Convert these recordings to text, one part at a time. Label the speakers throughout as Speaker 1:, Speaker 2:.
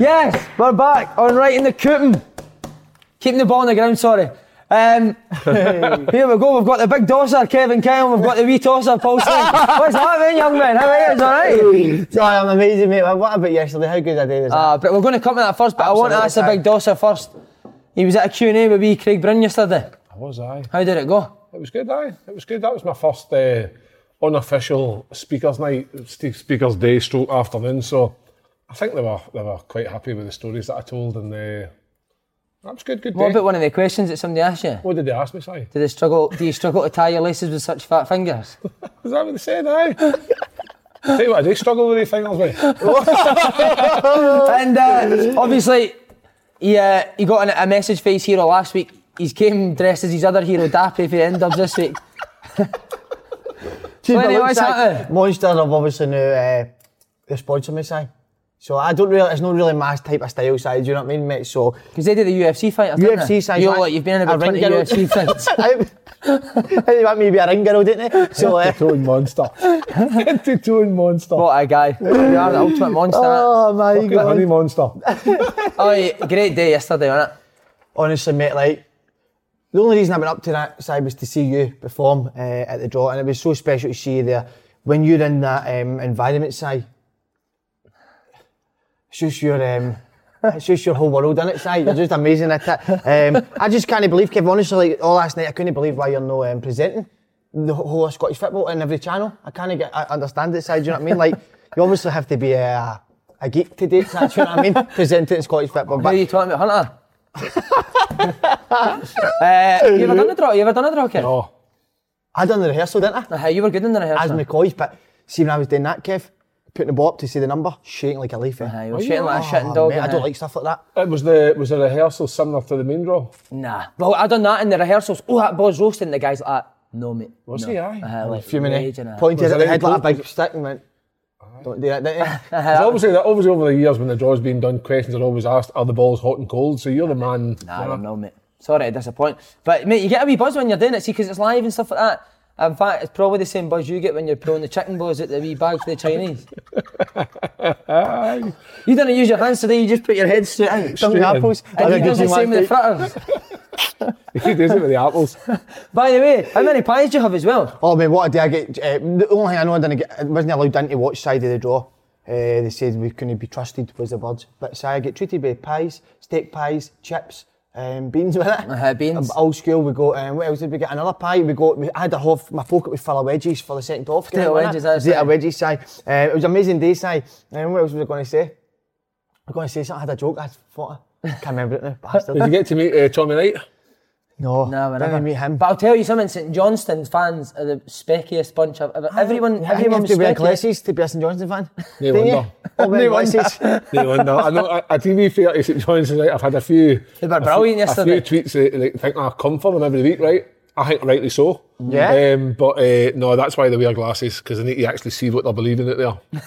Speaker 1: Yes, we're back on right in the cooting. Keeping the ball on the ground, sorry. Um, here we go, we've got the big tosser, Kevin Kyle, we've got the wee tosser, Paul Sling. What's happening, young man? How are you? It's all right?
Speaker 2: Sorry, I'm amazing, mate. What about yesterday? How good a day was that?
Speaker 1: Uh, but we're going to come to that first, but I want to ask the
Speaker 2: Absolutely.
Speaker 1: big tosser first. He was at a Q&A with wee Craig Bryn yesterday.
Speaker 3: I was, aye.
Speaker 1: How did it go?
Speaker 3: It was good, aye. It was good. That was my first uh, unofficial speakers night, st- speakers day, stroke afternoon. So I think they were they were quite happy with the stories that I told, and uh, that was good. Good day.
Speaker 1: What about one of the questions that somebody asked you?
Speaker 3: What did they ask me? Sorry,
Speaker 1: Did they struggle, do you struggle to tie your laces with such fat fingers?
Speaker 3: is that what they said? Aye. Tell you what, I do struggle with these things, mate.
Speaker 1: and uh, obviously, he, uh, he got an, a message for his hero last week. He's came dressed as his other hero, Dappy, for the end of this week.
Speaker 2: Dude,
Speaker 1: Well,
Speaker 2: but
Speaker 1: anyway,
Speaker 2: look, Si,
Speaker 1: Saturday.
Speaker 2: Monster have obviously now uh, they sponsor me, Si. So I don't really, it's not really my type of style, Si, do you know what I mean, mate? So
Speaker 1: Because they did the UFC fight.
Speaker 2: UFC Si.
Speaker 1: You look like you've been in about 20 UFC fights.
Speaker 2: They want me to be a ring girl, didn't they? So, uh,
Speaker 3: Tone monster. Tone monster.
Speaker 1: What a guy. You are the ultimate monster.
Speaker 2: oh my
Speaker 3: Fucking honey
Speaker 2: god.
Speaker 3: monster.
Speaker 1: Aye, great day yesterday, wasn't it?
Speaker 2: Honestly, mate, like, the only reason I went up to that, Si, was to see you perform uh, at the draw, and it was so special to see you there. When you're in that um, environment, Si, it's just your um, it's just your whole world, isn't it, Si? You're just amazing at it. Um, I just can't believe, Kev, honestly, like, all last night, I couldn't believe why you're no um, presenting the wh- whole of Scottish football in every channel. I can't get, I understand it, Si, do you know what I mean? Like, you obviously have to be a, a geek today, Si, do you know what I mean? Presenting Scottish football.
Speaker 1: Who are
Speaker 2: But
Speaker 1: you talking about, Hunter? uh, you ever done a draw? You ever done a draw, Kev?
Speaker 3: Oh,
Speaker 2: I done the rehearsal, didn't I?
Speaker 1: Uh, you were good in the
Speaker 2: as
Speaker 1: rehearsal.
Speaker 2: McCoy's, but see when I was doing that, Kev, putting the ball up to see the number, shaking like a leaf. eh? Oh,
Speaker 1: Aye, you were shitting like a shitting dog.
Speaker 2: mate, I
Speaker 1: innit?
Speaker 2: don't like stuff like that.
Speaker 3: it was the was the rehearsal similar to the main draw.
Speaker 1: Nah. Well, I done that in the rehearsals. Oh, that boy's roasting the guys like that. No, mate.
Speaker 3: Was
Speaker 1: no.
Speaker 3: he? Aye.
Speaker 1: Uh, like,
Speaker 2: Few minutes,
Speaker 1: raging at it.
Speaker 2: pointed
Speaker 3: Was
Speaker 2: at
Speaker 3: it
Speaker 2: the head
Speaker 3: in
Speaker 2: like a
Speaker 3: goal?
Speaker 2: big stick and went, don't do that, didn't you?
Speaker 3: Because obviously, that, obviously, over the years when the draw's been done, questions are always asked: Are the balls hot and cold? So you're the man.
Speaker 1: Nah, I don't know, mate. Sorry to disappoint. But, mate, you get a wee buzz when you're doing it, see, because it's live and stuff like that. In fact, it's probably the same buzz you get when you're throwing the chicken balls at the wee bag for the Chinese. you didn't use your hands today, you just put your head straight out.
Speaker 2: Some
Speaker 3: Straight in.
Speaker 2: apples.
Speaker 1: And
Speaker 2: I
Speaker 1: he
Speaker 2: think
Speaker 1: does the
Speaker 2: it's
Speaker 1: same with the
Speaker 2: romantic.
Speaker 1: fritters.
Speaker 3: He does it with the apples.
Speaker 1: By the way, how many pies do you have as well?
Speaker 2: Oh man, what a day I get. Uh, the only thing I know I didn't get, I wasn't allowed into watch side of the draw. Uh, they said we couldn't be trusted was the words. But so I get treated by pies, steak pies, chips, um, beans with it.
Speaker 1: Uh-huh, beans.
Speaker 2: Um, old school, we got, um, what else did we get? Another pie. We got, we, I had a half, my pocket was full of wedgies for the second off.
Speaker 1: Potato wedges, that's
Speaker 2: Potato
Speaker 1: right.
Speaker 2: wedges, aye. Um, it was an amazing day, Si. Um, what else was I going to say? I was going to say something, I had a joke, I thought, I can't remember it now, bastard.
Speaker 3: Did you get to meet uh, Tommy Knight?
Speaker 2: no,
Speaker 1: No,
Speaker 2: didn't
Speaker 1: whatever.
Speaker 2: meet him.
Speaker 1: But I'll tell you something, St Johnston fans are the speckiest bunch I've ever. Everyone,
Speaker 2: I think
Speaker 1: everyone
Speaker 2: you have to wear
Speaker 1: was specky.
Speaker 2: glasses to be a St Johnson fan.
Speaker 3: No
Speaker 2: Don't you?
Speaker 3: wonder.
Speaker 2: All wearing glasses.
Speaker 3: No wonder. I know. I, I TV fair to St John's right. I've had a few.
Speaker 1: They were
Speaker 3: a few-
Speaker 1: brilliant yesterday.
Speaker 3: A few tweets that like, think I come for them every week, right? I think rightly so.
Speaker 2: Yeah.
Speaker 3: Um, but uh, no, that's why they wear glasses because they need to actually see what they're believing out there.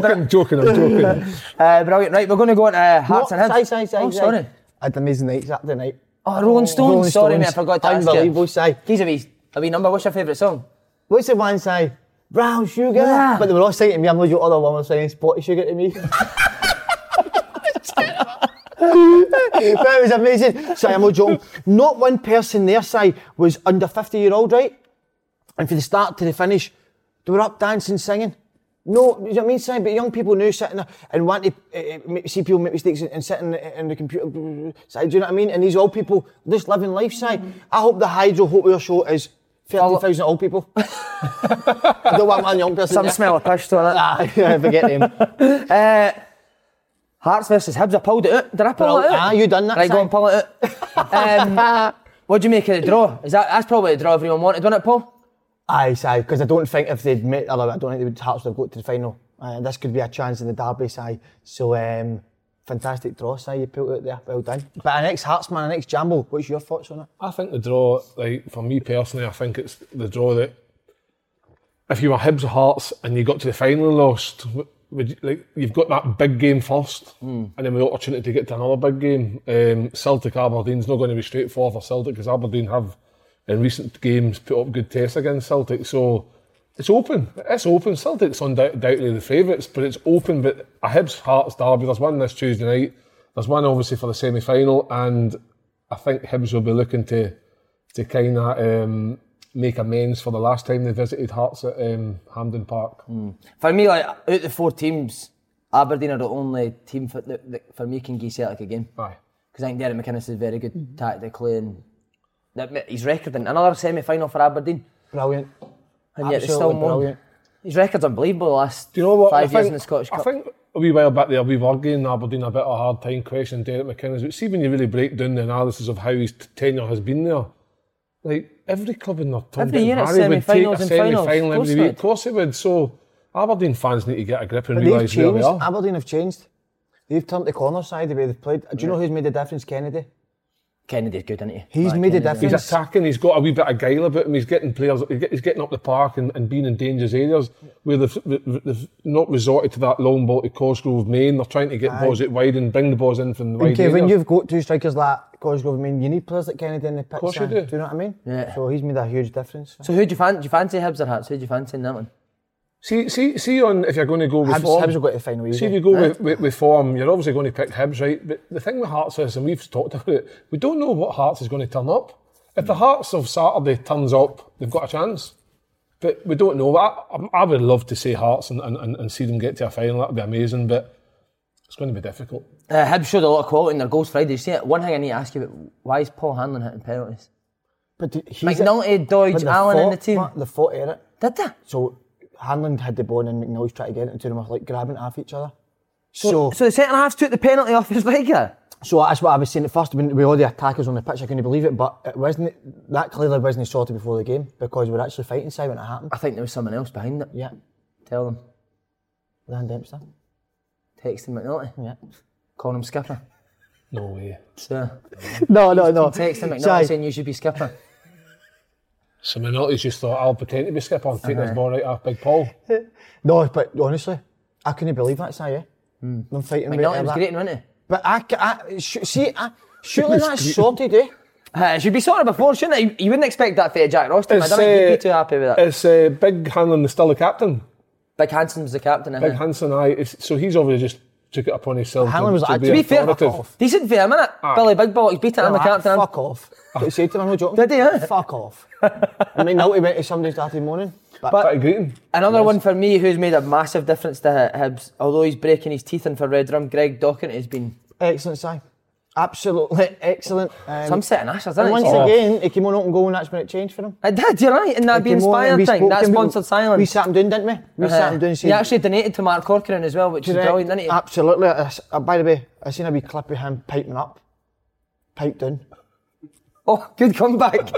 Speaker 3: joking, joking, I'm joking.
Speaker 1: Uh, brilliant. Right, we're going to go on to
Speaker 2: What?
Speaker 1: Hearts and Hibs.
Speaker 2: Sorry, sorry, sorry,
Speaker 1: oh,
Speaker 2: sorry.
Speaker 1: sorry.
Speaker 2: I had an amazing night Saturday night.
Speaker 1: Oh, Rolling Stones.
Speaker 2: Rolling
Speaker 1: Sorry,
Speaker 2: Stones.
Speaker 1: mate, I forgot to ask you.
Speaker 2: Unbelievable, Si.
Speaker 1: He's a wee, a wee number. What's your favourite song?
Speaker 2: What's the one Si? brown sugar.
Speaker 4: Yeah.
Speaker 2: But they were all saying to me, I'm not your other one was saying sporty sugar to me. but it was amazing. So I'm no joking. Not one person there, Si, was under 50 year old, right? And from the start to the finish, they were up dancing, singing. No, you know what I mean, Si? But young people knew sitting there and want to uh, make- see people make mistakes and, and sitting in the computer. Si, do you know what I mean? And these old people just living life, Si. I hope the Hydro Hope Your Show is 30,000 old people. I don't want one young person.
Speaker 4: Some smell of piss to it.
Speaker 2: Nah, forget him.
Speaker 4: Uh, Hearts versus Hibs. I pulled it out. Did I pull
Speaker 2: Well,
Speaker 4: it out?
Speaker 2: ah, you done that
Speaker 4: Right, go
Speaker 2: time.
Speaker 4: and pull it out. um, what do you make of the draw? Is that that's probably the draw everyone wanted, wasn't it, Paul?
Speaker 2: Aye, aye, because I don't think if they'd met other, I don't think they would Hearts would have got to the final. Uh, this could be a chance in the derby side. So, um, fantastic draw, side you pulled out there. Well done. But our next Hearts man, our next Jambo, what's your thoughts on it?
Speaker 3: I think the draw, like for me personally, I think it's the draw that if you were Hibs or Hearts and you got to the final and lost, w- would you, like you've got that big game first, and then the opportunity to get to another big game. Um, Celtic Aberdeen's not going to be straightforward for Celtic because Aberdeen have in recent games put up good tests against Celtic, so it's open. It's open. Celtic's undoubtedly the favourites, but it's open. But a Hibs Hearts derby. There's one this Tuesday night. There's one obviously for the semi final, and I think Hibs will be looking to to kind of um, make amends for the last time they visited Hearts at um, Hampden Park.
Speaker 1: For me, like out the four teams, Aberdeen are the only team for, that, that for me can give Celtic a game.
Speaker 3: Aye.
Speaker 1: Because I think Derek McInnes is very good tactically and that, he's recording another semi-final for Aberdeen.
Speaker 2: Brilliant.
Speaker 1: And yet they
Speaker 2: Absolutely
Speaker 1: still won.
Speaker 2: brilliant.
Speaker 1: His record's unbelievable the last
Speaker 3: Do you know what?
Speaker 1: five years
Speaker 3: I think,
Speaker 1: in the Scottish
Speaker 3: I
Speaker 1: Cup.
Speaker 3: think a wee while back there, we were giving Aberdeen a bit of a hard time questioning Derek McInnes. But see, when you really break down the analysis of how his t- tenure has been there, like every club in their turn,
Speaker 1: Every year it's
Speaker 3: would take a
Speaker 1: semi-finals and finals.
Speaker 3: semi-final
Speaker 1: Of course
Speaker 3: every
Speaker 1: they
Speaker 3: week. Of
Speaker 1: would.
Speaker 3: course it would. So Aberdeen fans need to get a grip and
Speaker 2: But they've
Speaker 3: realise where they
Speaker 2: changed.
Speaker 3: are.
Speaker 2: Aberdeen have changed. They've turned the corner side the way they've played. Do you know who's made the difference? Kennedy.
Speaker 1: Kennedy's good, isn't he?
Speaker 2: He's
Speaker 1: Like,
Speaker 2: made
Speaker 1: Kennedy.
Speaker 2: a difference.
Speaker 3: He's attacking. He's got a wee bit of guile about him. He's getting players. he get- He's getting up the park and, and being in dangerous areas where they've, they've not resorted to that long ball to Cosgrove main. They're trying to get balls out wide and bring the balls in from the wide
Speaker 2: Okay,
Speaker 3: area.
Speaker 2: when you've got two strikers like Cosgrove, I mean, you need players like Kennedy in the pitch.
Speaker 3: course you
Speaker 2: son.
Speaker 3: do.
Speaker 2: Do you know what I mean?
Speaker 1: Yeah.
Speaker 2: So he's made a huge difference.
Speaker 1: So who do you fancy? Do you fancy Hibs or Hearts? Who do you fancy in that one?
Speaker 3: see, see, see on if you're going to go with
Speaker 2: Hibs,
Speaker 3: form.
Speaker 2: Hibs will go to the final.
Speaker 3: See,
Speaker 2: easy.
Speaker 3: if you go with, with, with form, you're obviously going to pick Hibs, right? But the thing with Hearts is, and we've talked about it, we don't know what Hearts is going to turn up. If the Hearts of Saturday turns up, they've got a chance. But we don't know. I, I'm- I would love to see Hearts and, and, and- and see them get to a final. That would be amazing, but it's going to be difficult.
Speaker 1: Uh, Hibs showed a lot of quality in their goals Friday. You see it? One thing I need to ask you about, why is Paul Hanlon hitting penalties?
Speaker 2: But he's
Speaker 1: McNulty,
Speaker 2: but
Speaker 1: Dodge,
Speaker 2: they
Speaker 1: Allen in
Speaker 2: fought,
Speaker 1: the team.
Speaker 2: Mark, They fought at it.
Speaker 1: Did they?
Speaker 2: So Hanlon had the ball and McNally's trying to get it, and two of them were like grabbing half each other. So, so,
Speaker 1: So the second half took the penalty off his striker.
Speaker 2: that's what I was saying at first. When we all the attackers on the pitch, I couldn't believe it. But it wasn't that clearly wasn't sorted before the game because we were actually fighting side when it happened.
Speaker 1: I think there was someone else behind it.
Speaker 2: Yeah,
Speaker 1: Tell them.
Speaker 2: Leon Dempster.
Speaker 1: Text him McNulty.
Speaker 2: Yeah.
Speaker 1: Call him skipper.
Speaker 3: No way.
Speaker 1: So
Speaker 2: No, no, no.
Speaker 1: text him McNulty
Speaker 2: Sorry.
Speaker 1: saying you should be skipper.
Speaker 3: So Minotti's just thought, I'll pretend to be skipper and take
Speaker 1: Uh-huh.
Speaker 3: this ball right off Big Paul.
Speaker 2: No, but honestly, I couldn't believe that side. Yeah,
Speaker 1: Hmm.
Speaker 2: them fighting. with
Speaker 1: McNulty
Speaker 2: it
Speaker 1: was
Speaker 2: like-
Speaker 1: great, wasn't
Speaker 2: But I, ca- I sh- see, I, surely that's sorted, eh?
Speaker 1: he? Uh, it should be sorted before, shouldn't it? You, you wouldn't expect that for Jack Ross. I don't
Speaker 3: It's,
Speaker 1: think he'd
Speaker 3: uh,
Speaker 1: be too happy with that.
Speaker 3: It's uh, Big Hanlon, the still the captain.
Speaker 1: Big Hanson was the captain.
Speaker 3: Big
Speaker 1: Big
Speaker 3: Hanson, aye. It's- So he's obviously just took it upon himself
Speaker 2: Hanlon
Speaker 3: to,
Speaker 2: was
Speaker 3: to
Speaker 2: like,
Speaker 3: be
Speaker 2: to be
Speaker 3: authoritative.
Speaker 2: fair, off.
Speaker 1: Decent for him, innit? Billy Big Ball, he's beating him the
Speaker 2: Like,
Speaker 1: captain.
Speaker 2: Fuck off. But he said to him, I'm not joking.
Speaker 1: Did he, eh?
Speaker 2: Fuck off. I mean, now he went to somebody Saturday morning. But,
Speaker 3: Bit of greeting.
Speaker 1: Another one for me who's made a massive difference to Hi- Hibs, although he's breaking his teeth in for Red Drum, Greg Dockett has been
Speaker 2: excellent, Si. Absolutely excellent. Um,
Speaker 1: some set of ashes, isn't
Speaker 2: and
Speaker 1: Oh.
Speaker 2: once
Speaker 1: he?
Speaker 2: again, he came on open goal and that's when it changed for him.
Speaker 1: I did, you're right, and that
Speaker 2: He
Speaker 1: being
Speaker 2: came on and we
Speaker 1: inspired thing,
Speaker 2: spoke to
Speaker 1: that
Speaker 2: him, we-
Speaker 1: sponsored silence. Uh-huh.
Speaker 2: We sat him down, didn't we? We sat him down and
Speaker 1: he
Speaker 2: said, Ah.
Speaker 1: actually donated to Mark Corcoran as well, which is
Speaker 2: Correct.
Speaker 1: brilliant, isn't it?
Speaker 2: Absolutely. I s- uh, by the way, I seen a wee clip of him piping up, piped down.
Speaker 1: Oh, good comeback.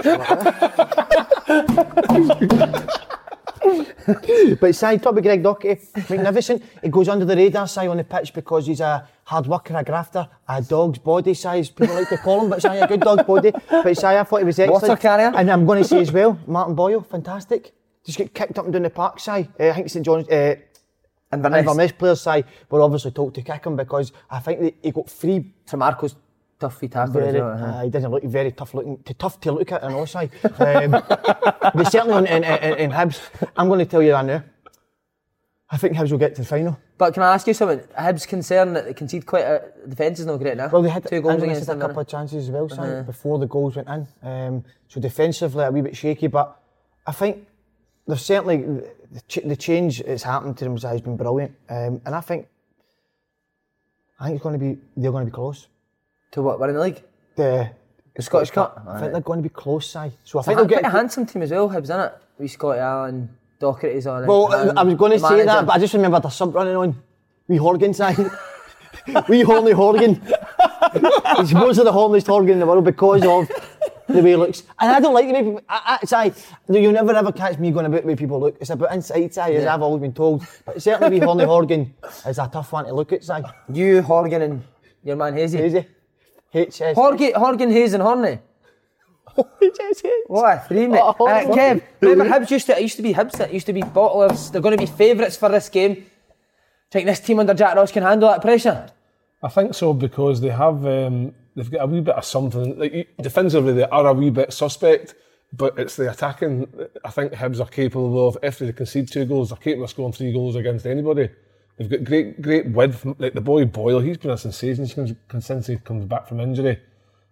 Speaker 2: But Si, talk about Greg Doherty, magnificent. He goes under the radar, Si, on the pitch because he's a hard worker, a grafter, a dog's body, Si, as people like to call him, but Si, a good dog's body. But Si, I thought he was excellent.
Speaker 1: Water carrier.
Speaker 2: And I'm going to say as well, Martin Boyle, fantastic. Just get kicked up and down the park, Si. Uh, I think St John's, uh,
Speaker 1: and
Speaker 2: Inverness players, Si, were obviously told to kick him because I think that he got three
Speaker 1: To Marco's tough wee tackle as
Speaker 2: Very,
Speaker 1: well. uh-huh. huh?
Speaker 2: aye, he doesn't look very tough looking, too tough to look at in Osai. Um, but certainly on, in, in, in Hibs, I'm going to tell you that now. I think Hibs will get to the final.
Speaker 1: But can I ask you something? Hibs concerned that they concede quite a defence is not great now.
Speaker 2: Well, they had
Speaker 1: two goals
Speaker 2: Andrews
Speaker 1: against
Speaker 2: had a
Speaker 1: them. Uh-huh.
Speaker 2: couple of
Speaker 1: innit?
Speaker 2: chances as well, Sam, before the goals went in. Um, so defensively, a wee bit shaky, but I think there's certainly the, ch- the change that's happened to them has been brilliant, um, and I think I think it's going to be they're going to be close.
Speaker 1: To what? We're in the league.
Speaker 2: The,
Speaker 1: The Scottish Cup.
Speaker 2: I think they're going to be close, Si. So I
Speaker 1: Quite
Speaker 2: think they'll
Speaker 1: a
Speaker 2: get.
Speaker 1: handsome team as well, Hibs, isn't it? We Scotty Allen, Doherty's on it.
Speaker 2: Well, I- I was going to
Speaker 1: um, the
Speaker 2: say that,
Speaker 1: manager.
Speaker 2: but I just remembered a sub running on. Wee Horgan, Si. Wee Horny Horgan. He's most of the horniest Horgan in the world because of the way he looks. And I don't like the way people. I, I, Si, you'll never ever catch me going about the way people look. It's about inside, Si, as I've always been told. But certainly, Wee Horny Horgan is a tough one to look at, Si.
Speaker 1: you, Horgan, and your man Hazy.
Speaker 2: Is he? HS.
Speaker 1: Horgan, Horgan, Hayes, and Horney.
Speaker 2: HSH.
Speaker 1: What a three, mate.
Speaker 2: Oh,
Speaker 1: Uh,
Speaker 2: Horgan.
Speaker 1: Kev, remember Hibs used to, it used to be Hibs, it used to be bottlers. They're going to be favourites for this game. Do you think this team under Jack Ross can handle that pressure?
Speaker 3: I think so because they have um, they've got a wee bit of something. Like, you- defensively, they are a wee bit suspect, but it's the attacking. I think Hibs are capable of if they concede two goals, they're capable of scoring three goals against anybody. They've got great great width. Like the boy Boyle, he's been a sensation since since he comes back from injury.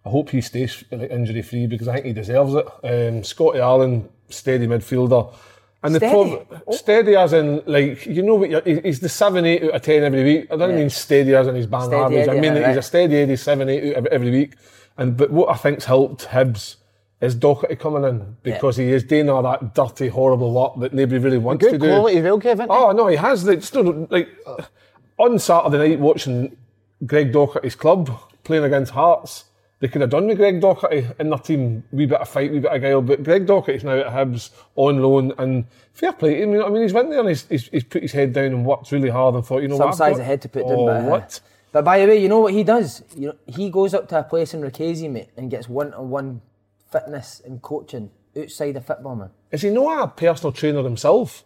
Speaker 3: I hope he stays like, injury free because I think he deserves it. Um, Scotty Allen, steady midfielder. And
Speaker 1: Steady?
Speaker 3: the prob- steady as in like you know what you're, he- he's the seven eight out of ten every week. I don't mean steady as in he's bang
Speaker 1: Steady
Speaker 3: average. I
Speaker 1: Eddie,
Speaker 3: mean
Speaker 1: right.
Speaker 3: he's a steady Eddie seven eight out of every week. And but what I think's helped Hibs is Doherty coming in because he is doing all that dirty, horrible work that nobody really wants to
Speaker 2: Good
Speaker 3: do.
Speaker 2: quality as well, Kevin.
Speaker 3: Oh no, he has. They still like on Saturday night watching Greg Doherty's club playing against Hearts. They could have done with Greg Doherty in their team, wee bit of fight, wee bit of guile. But Greg Doherty's now at Hibs on loan, and fair play. to him, you know what I mean, he's went there and he's, he's, he's put his head down and worked really hard and thought, you know
Speaker 1: Some
Speaker 3: what, I've
Speaker 1: size
Speaker 3: got-
Speaker 1: ahead to put down,
Speaker 3: oh,
Speaker 1: but, uh,
Speaker 3: what?
Speaker 1: But by the way, you know what he does? You know, he goes up to a place in Rickazy, mate, and gets one-on-one fitness and coaching outside of football, man.
Speaker 3: Is he not a personal trainer himself?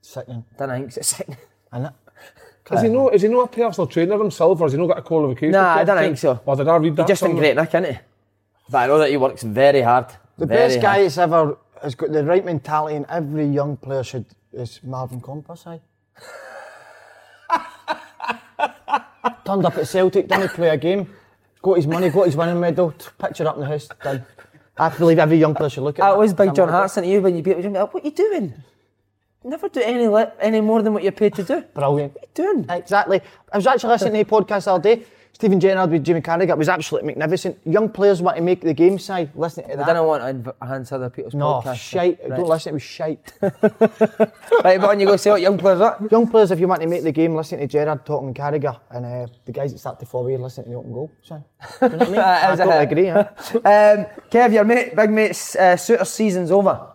Speaker 2: Sickening.
Speaker 1: Then I think it's sick.
Speaker 2: Isn't it?
Speaker 3: Is he no? Is he not a personal trainer himself, or has he not got a qualification?
Speaker 1: Nah, I
Speaker 3: to
Speaker 1: don't
Speaker 3: obtain?
Speaker 1: think so.
Speaker 3: Or did I read
Speaker 1: He's
Speaker 3: that?
Speaker 1: just in
Speaker 3: somewhere?
Speaker 1: Great Nick, isn't he? But I know that he works very hard.
Speaker 2: The best guy that's ever has got the right mentality, and every young player should is Marvin Compass. Aye. Turned up at Celtic, didn't play a game. Got his money, got his winning medal. t- Picture up in the house. Done. I believe every young player should look at.
Speaker 1: I
Speaker 2: that.
Speaker 1: always big
Speaker 2: Something
Speaker 1: John
Speaker 2: like
Speaker 1: Hartson to you when you beat him. What are you doing? Never do any le- any more than what you're paid to do.
Speaker 2: that. Brilliant.
Speaker 1: doing?
Speaker 2: Exactly. I was actually listening to a podcast the other day. Stephen Gerrard with Jimmy Carragher. It was absolutely magnificent. Young players want to make the game side. Listen to
Speaker 1: I
Speaker 2: that.
Speaker 1: don't want to inv- enhance other people's
Speaker 2: no,
Speaker 1: podcasts.
Speaker 2: shite.
Speaker 1: Right.
Speaker 2: Don't listen. It was shite.
Speaker 1: Right, but on you go see what young players are.
Speaker 2: Young players, if you want to make the game, listen to Gerard talking Carragher and uh, the guys that start to follow you, listen to the open goal. So, you know what I mean?
Speaker 1: That
Speaker 2: I
Speaker 1: is a
Speaker 2: totally
Speaker 1: hit.
Speaker 2: agree. Huh?
Speaker 1: Um, Kev, your mate, big mate's uh, suitor season's over.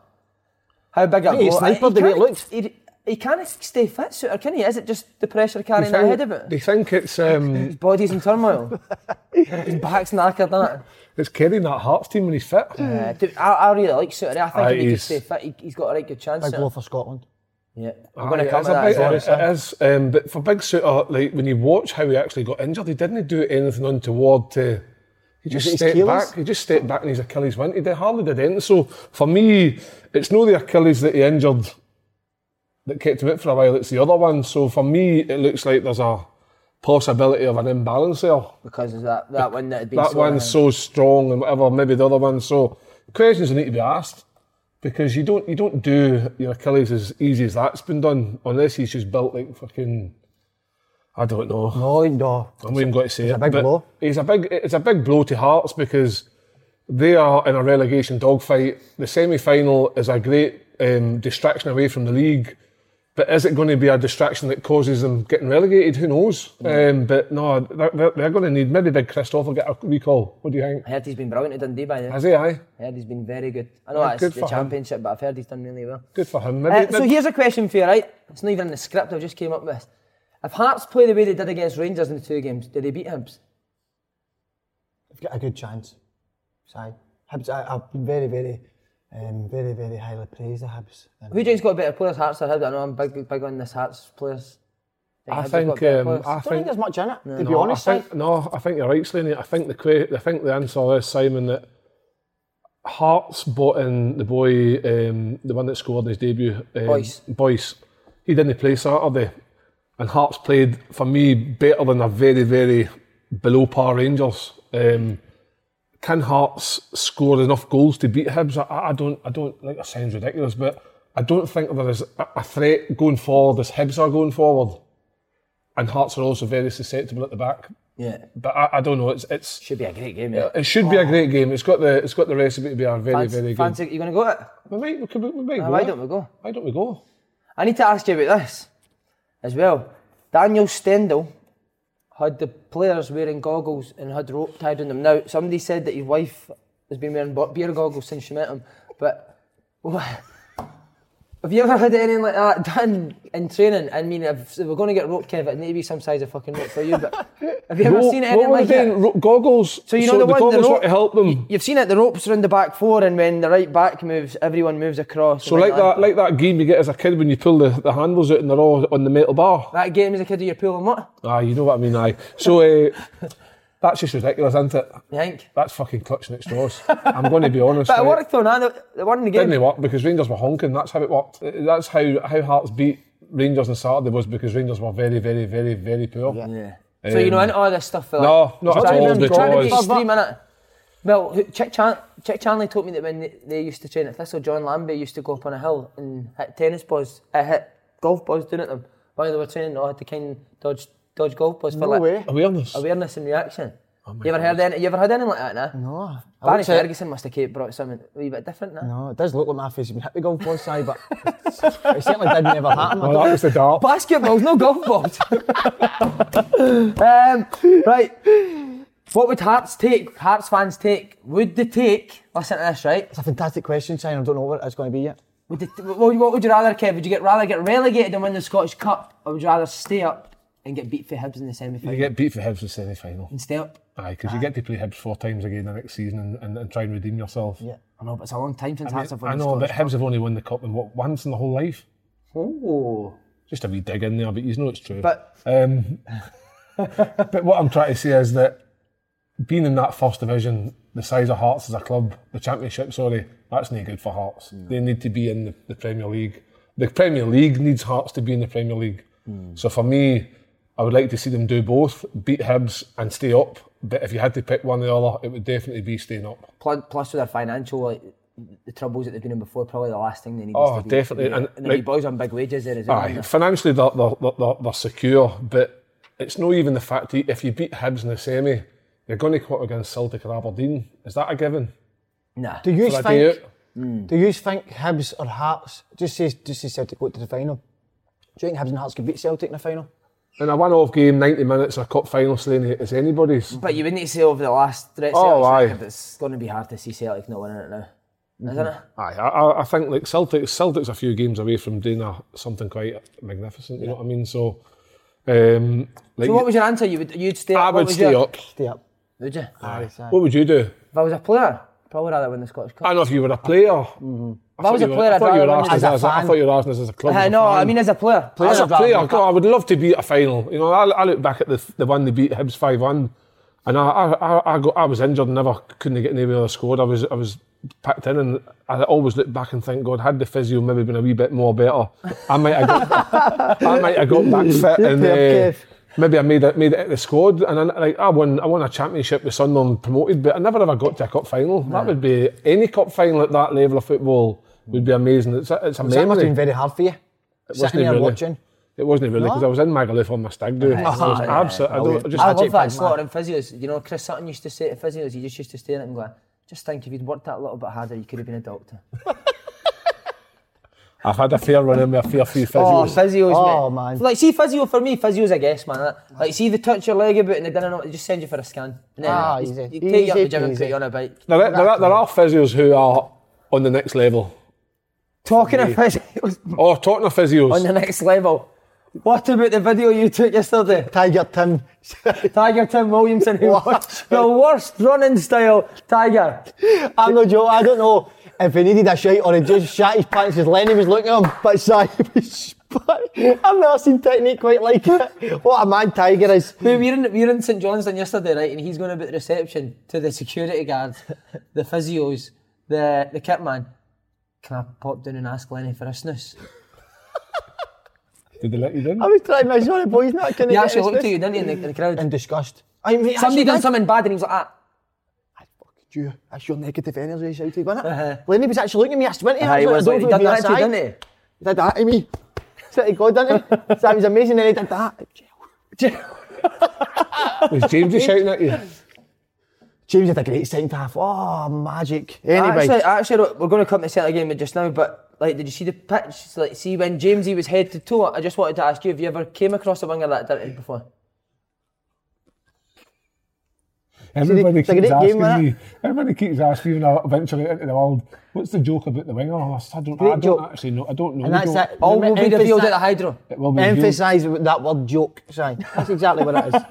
Speaker 1: How big up?
Speaker 2: Mate, he's sniped the way it looked.
Speaker 1: He, he can't stay fit, suitor, can he? Is it just the pressure
Speaker 3: They
Speaker 1: carrying that
Speaker 3: think-
Speaker 1: head of it?
Speaker 3: They think it's um,
Speaker 1: His body's in turmoil. His back's knackered, isn't it?
Speaker 3: it's Kerry in that Hearts team when he's fit.
Speaker 1: Uh, dude, I, I really like suitor. I think if
Speaker 3: Aye,
Speaker 1: he could
Speaker 3: Ah, he's-
Speaker 1: stay fit, he, he's got a right good chance.
Speaker 2: Big
Speaker 1: Suter.
Speaker 2: blow for Scotland.
Speaker 1: Yeah, I'm
Speaker 3: Aye,
Speaker 1: going to come
Speaker 3: Ah, it's
Speaker 1: to that.
Speaker 3: a big-
Speaker 1: as well.
Speaker 3: It is, um, but for Big Suter, like when you watch how he actually got injured, he didn't do anything untoward to. He just
Speaker 2: it his
Speaker 3: stepped
Speaker 2: Achilles?
Speaker 3: back. He just stepped back, and his Achilles went. He did, hardly did anything. So for me, it's not the Achilles that he injured that kept him out for a while. It's the other one. So for me, it looks like there's a possibility of an imbalance there.
Speaker 1: because of that that one that had been
Speaker 3: That
Speaker 1: sorted
Speaker 3: one's
Speaker 1: out.
Speaker 3: so strong and whatever. Maybe the other one. So questions that need to be asked because you don't you don't do your Achilles as easy as that's been done unless he's just built like fucking. I don't know.
Speaker 2: No, no.
Speaker 3: I'm not even going to say it.
Speaker 2: a big
Speaker 3: but
Speaker 2: blow.
Speaker 3: It's a big it's a big blow to Hearts because they are in a relegation dogfight. The semi final is a great um, distraction away from the league. But is it going to be a distraction that causes them getting relegated? Who knows? Um, but no, they're, they're, they're going to need maybe Big Christoph will get a recall. What do you think?
Speaker 1: I heard he's been brilliant at Dundee by now.
Speaker 3: Has he? Aye,
Speaker 1: I heard he's been very good. I know
Speaker 3: Yeah, good
Speaker 1: that's the
Speaker 3: for him.
Speaker 1: championship, but I've heard he's done really well.
Speaker 3: good for him.
Speaker 1: Uh,
Speaker 3: Maybe,
Speaker 1: so
Speaker 3: maybe-
Speaker 1: here's a question for you, right? It's not even in the script I just came up with. If Hearts play the way they did against Rangers in the two games, did they beat Hibs?
Speaker 2: They've got a good chance. Sorry. Hibs, I, I've been very, very, um, very, very highly praised the Hibs. And
Speaker 1: Who do you think's got better players, Hearts or Hibs? I know I'm big, big on this Hearts players.
Speaker 3: I
Speaker 1: Have they got
Speaker 3: think,
Speaker 1: better
Speaker 3: um,
Speaker 1: players?
Speaker 3: I
Speaker 2: I don't think
Speaker 3: think
Speaker 2: there's much in it, to
Speaker 3: No,
Speaker 2: be honest.
Speaker 3: I think,
Speaker 2: like.
Speaker 3: no, I think you're right, Slaney. I think the que- I think the answer is Simon that Hearts bought in the boy, um, the one that scored his debut, um,
Speaker 1: Boyce.
Speaker 3: Boyce. He didn't play Saturday, and Hearts played for me better than a very, very below par Rangers. Um, can Hearts score enough goals to beat Hibs? I, I don't. I don't. Like that sounds ridiculous, but I don't think there is a, a threat going forward as Hibs are going forward, and Hearts are also very susceptible at the back.
Speaker 1: Yeah,
Speaker 3: But I, I don't know. It's it's
Speaker 1: should be a great game. Yeah.
Speaker 3: it should be a great game. It's got the it's got the recipe to be a very
Speaker 1: Fancy,
Speaker 3: very good.
Speaker 1: fancy, you going to go it?
Speaker 3: We might, we, could, we might
Speaker 1: Nah,
Speaker 3: go.
Speaker 1: why
Speaker 3: eh?
Speaker 1: don't we go?
Speaker 3: Why don't we go?
Speaker 1: I need to ask you about this as well. Daniel Stendel had the players wearing goggles and had rope tied on them. Now, somebody said that his wife has been wearing bo- beer goggles since she met him, but what? Have you ever had anything like that done in training? I mean, if, if we're going to get rope, Kev, it need to be some size of fucking rope for you. But have you ever
Speaker 3: Ro-
Speaker 1: seen
Speaker 3: what
Speaker 1: anything
Speaker 3: were
Speaker 1: like
Speaker 3: they
Speaker 1: that?
Speaker 3: doing? Ro- goggles.
Speaker 1: So you know the, one
Speaker 3: goggles
Speaker 1: the
Speaker 3: were
Speaker 1: rope,
Speaker 3: to help them.
Speaker 1: You've seen it. The ropes around the back four, and when the right back moves, everyone moves across.
Speaker 3: So
Speaker 1: and
Speaker 3: like that like that game you get as a kid when you pull the, the handles out and they're all on the metal bar.
Speaker 1: That game as a kid, you're pulling what?
Speaker 3: Ah, you know what I mean, aye. So uh, that's just ridiculous, isn't it?
Speaker 1: You think?
Speaker 3: That's fucking clutching at straws. I'm going to be honest. eh.
Speaker 1: But it
Speaker 3: mate.
Speaker 1: worked though, nah, the, the one in the game.
Speaker 3: Didn't it work because Rangers were honking. That's how it worked. That's how how Hearts beat Rangers on Saturday was because Rangers were very very very very poor. Um,
Speaker 1: Yeah. So you know, into all this stuff. for, Like,
Speaker 3: No, not
Speaker 1: trying
Speaker 3: at
Speaker 1: to
Speaker 3: all,
Speaker 1: be-
Speaker 3: because-
Speaker 1: Trying to be extreme, innit? Well, who- Chick, Chan- Chick Chanley told me that when they, they used to train at Thistle, John Lambie used to go up on a hill and hit tennis balls, uh, hit golf balls down at them while they were training. Or had to kind of dodge, dodge golf balls for
Speaker 2: No
Speaker 1: like
Speaker 2: way.
Speaker 3: Awareness.
Speaker 1: awareness and reaction.
Speaker 3: Oh
Speaker 1: you ever heard any? You ever heard anything like that? Nah.
Speaker 2: No. I
Speaker 1: Barry
Speaker 2: looked at-
Speaker 1: Ferguson must have kept- brought something a wee bit different. Nah.
Speaker 2: No, it does look like my face has been hit the golf ball side, but it certainly did never happen. I
Speaker 3: Well, that
Speaker 2: don't-
Speaker 3: was the dart.
Speaker 4: Basketballs, no golf balls. um,
Speaker 1: Right. What would Hearts take? Hearts fans take? Would they take? oh, Listen to this, right?
Speaker 2: It's a fantastic question, Simon. I don't know what it's going to be yet.
Speaker 1: Would they, what, what would you rather, Kev? Would you get rather get relegated and win the Scottish Cup, or would you rather stay up and get beat for Hibs in the semi
Speaker 3: You
Speaker 1: final?
Speaker 3: get beat for Hibs in the semi final.
Speaker 1: And stay up.
Speaker 3: Aye, because you get to play Hibs four times again the next season and, and, and try and redeem yourself.
Speaker 2: Yeah.
Speaker 1: I know, but it's a long time since
Speaker 3: I,
Speaker 1: Hearts have won the
Speaker 3: know, but
Speaker 1: Scottish
Speaker 3: Hibs have only won the cup in what once in the whole life.
Speaker 1: Oh.
Speaker 3: Just a wee dig in there, but you know it's true.
Speaker 1: But
Speaker 3: um, but what I'm trying to say is that being in that first division, the size of Hearts as a club, the Championship, sorry, that's not good for Hearts. They need to be in the, the Premier League. The Premier League needs Hearts to be in the Premier League. So for me, I would like to see them do both, beat Hibs and stay up. But if you had to pick one or the other, it would definitely be staying up.
Speaker 1: plus, plus with their financial like, the troubles that they've been in before, probably the last thing they need.
Speaker 3: Oh,
Speaker 1: is to be,
Speaker 3: definitely,
Speaker 1: And,
Speaker 3: and,
Speaker 1: and the
Speaker 3: like-
Speaker 1: wee boys on big wages there as well. aren't
Speaker 3: Aye,
Speaker 1: they?
Speaker 3: financially they're, they're, they're- they're, they're secure, but it's not even the fact that if you beat Hibs in the semi, you're going to come up against Celtic or Aberdeen. Is that a given?
Speaker 1: Nah.
Speaker 2: Do you
Speaker 3: For a day
Speaker 2: think? Do you think Hibs or Hearts just says just says Celtic go to the final? Do you think Hibs and Hearts could beat Celtic in the final?
Speaker 3: In a one-off game, 90 minutes, a cup final, Slaney, it's anybody's.
Speaker 1: But you wouldn't say over the last threat
Speaker 3: Oh,
Speaker 1: Celtic's
Speaker 3: aye. Mm-hmm.
Speaker 1: record, it's going to be hard to see Celtic not winning it now, isn't it?
Speaker 3: Aye, I, I- I think like Celtic, Celtic's a few games away from doing a, something quite magnificent. You know what I mean? So, um, like,
Speaker 1: So what was your answer? You would you'd stay up.
Speaker 3: I
Speaker 1: what
Speaker 3: would
Speaker 1: was
Speaker 3: stay
Speaker 1: your-
Speaker 3: up.
Speaker 2: Stay up.
Speaker 1: Would you?
Speaker 3: What would you do?
Speaker 1: If I was a player, probably rather win the Scottish Cup.
Speaker 3: I don't know if you were a player. Mm-hmm.
Speaker 1: I was a player,
Speaker 3: I
Speaker 1: I'd
Speaker 3: thought you were
Speaker 1: rather win
Speaker 3: asking
Speaker 1: as
Speaker 3: us
Speaker 1: a
Speaker 3: as a, I
Speaker 2: fan.
Speaker 3: thought you were asking us as a club.
Speaker 1: Uh,
Speaker 3: as a
Speaker 1: no, I
Speaker 3: fan.
Speaker 1: mean as a player.
Speaker 3: As a
Speaker 1: I'd rather
Speaker 3: player,
Speaker 1: win the
Speaker 3: God, I would love to beat a final. You know, I, I look back at the the one they beat Hibs five one, and I I, I, I, got, I was injured, and never couldn't get anywhere I scored. I was I was packed in, and I always look back and think, God, had the physio maybe been a wee bit more better, I might have got, I might have got back fit, and
Speaker 2: Yeah,
Speaker 3: uh,
Speaker 2: Kev.
Speaker 3: maybe I made it made it at the squad. And I, like I won I won a championship with Sunderland promoted, but I never ever got to a cup final. That would be any cup final at that level of football. Would be amazing. It's a, it's a
Speaker 2: So that must have been
Speaker 3: memory.
Speaker 2: very hard for you. Sitting there
Speaker 3: really.
Speaker 2: watching.
Speaker 3: It wasn't really because I was in Magaluf on my stag do. It was
Speaker 1: yeah, yeah.
Speaker 3: abso- I don't- I just-
Speaker 1: I love
Speaker 2: Magic
Speaker 1: that
Speaker 2: bag,
Speaker 1: slaughtering physios. You know, Chris Sutton used to say to physios, he just used to stare at him and go, just think if you'd worked that a little bit harder, you could have been a doctor.
Speaker 3: I've had a fair run in with a fair few
Speaker 1: Oh,
Speaker 3: physios.
Speaker 1: physios,
Speaker 2: Oh,
Speaker 1: mate.
Speaker 2: man.
Speaker 1: Like, see, physio for me, physio's a guess, man. Like, see, they touch your leg a bit and they don't know, they just send you for a scan. And then
Speaker 2: Ah,
Speaker 1: you,
Speaker 2: easy.
Speaker 1: you take you up the
Speaker 2: Easy
Speaker 1: gym and put
Speaker 2: peasy.
Speaker 1: you on a bike.
Speaker 3: There, are- there, are, there are physios who are on the next level.
Speaker 4: talking of physios,
Speaker 3: Oh, talking of physios,
Speaker 1: On the next level.
Speaker 4: what about the video you took yesterday?
Speaker 2: Tiger Tim.
Speaker 4: Tiger Tim Williamson, who was the worst running style Tiger.
Speaker 2: I'm not joking. I don't know if he needed a shite or he just shat his pants because Lenny was looking at him, but Simon was spat. I've never seen technique quite like it. What a man Tiger is.
Speaker 1: We were in, we were in St John's Johnstone yesterday, right? And he's going about the reception to the security guards, the physios, the the kit man. Can I pop down and ask Lenny for a snooze?
Speaker 3: Did they let you in?
Speaker 2: I was trying to measure the boys not can
Speaker 1: He actually looked at you, didn't he, in the, in the crowd?
Speaker 2: in disgust. I mean,
Speaker 1: Somebody
Speaker 2: actually,
Speaker 1: done
Speaker 2: that's-
Speaker 1: something bad and he was like, ah.
Speaker 2: you, that's your negative energy he shouted, wasn't it? Lenny was actually looking at me, I swear to you,
Speaker 1: Aye, Uh-huh. he
Speaker 2: I
Speaker 1: was
Speaker 2: don't
Speaker 1: like, he
Speaker 2: think
Speaker 1: done that to
Speaker 2: it'd be
Speaker 1: you,
Speaker 2: outside.
Speaker 1: didn't
Speaker 2: He did that to me. Swear to God, didn't he? So that was amazing, then he did that.
Speaker 3: Was James just shouting at you?
Speaker 2: James had a great second half. Oh, magic.
Speaker 1: he?
Speaker 2: Anyway,
Speaker 1: Actually, actually, look, we're going to come to Celtic game just now, but like, did you see the pitch? It's Like, see when Jamesy was head to toe. I just wanted to ask you, have you ever came across a winger that dirty before?
Speaker 3: Everybody
Speaker 2: it's a
Speaker 3: keeps
Speaker 2: great game, isn't
Speaker 3: asking me. Everybody keeps asking me when I eventually into the world. What's the joke about the winger? Oh, I s- I don't, I
Speaker 2: Great
Speaker 3: don't
Speaker 2: joke.
Speaker 3: actually know. I don't know.
Speaker 2: and that's
Speaker 3: joke.
Speaker 2: it.
Speaker 1: All will be
Speaker 2: Emphasi-
Speaker 1: revealed at the hydro.
Speaker 3: It will be you.
Speaker 2: Emphasise that word joke, Si. That's exactly what it is.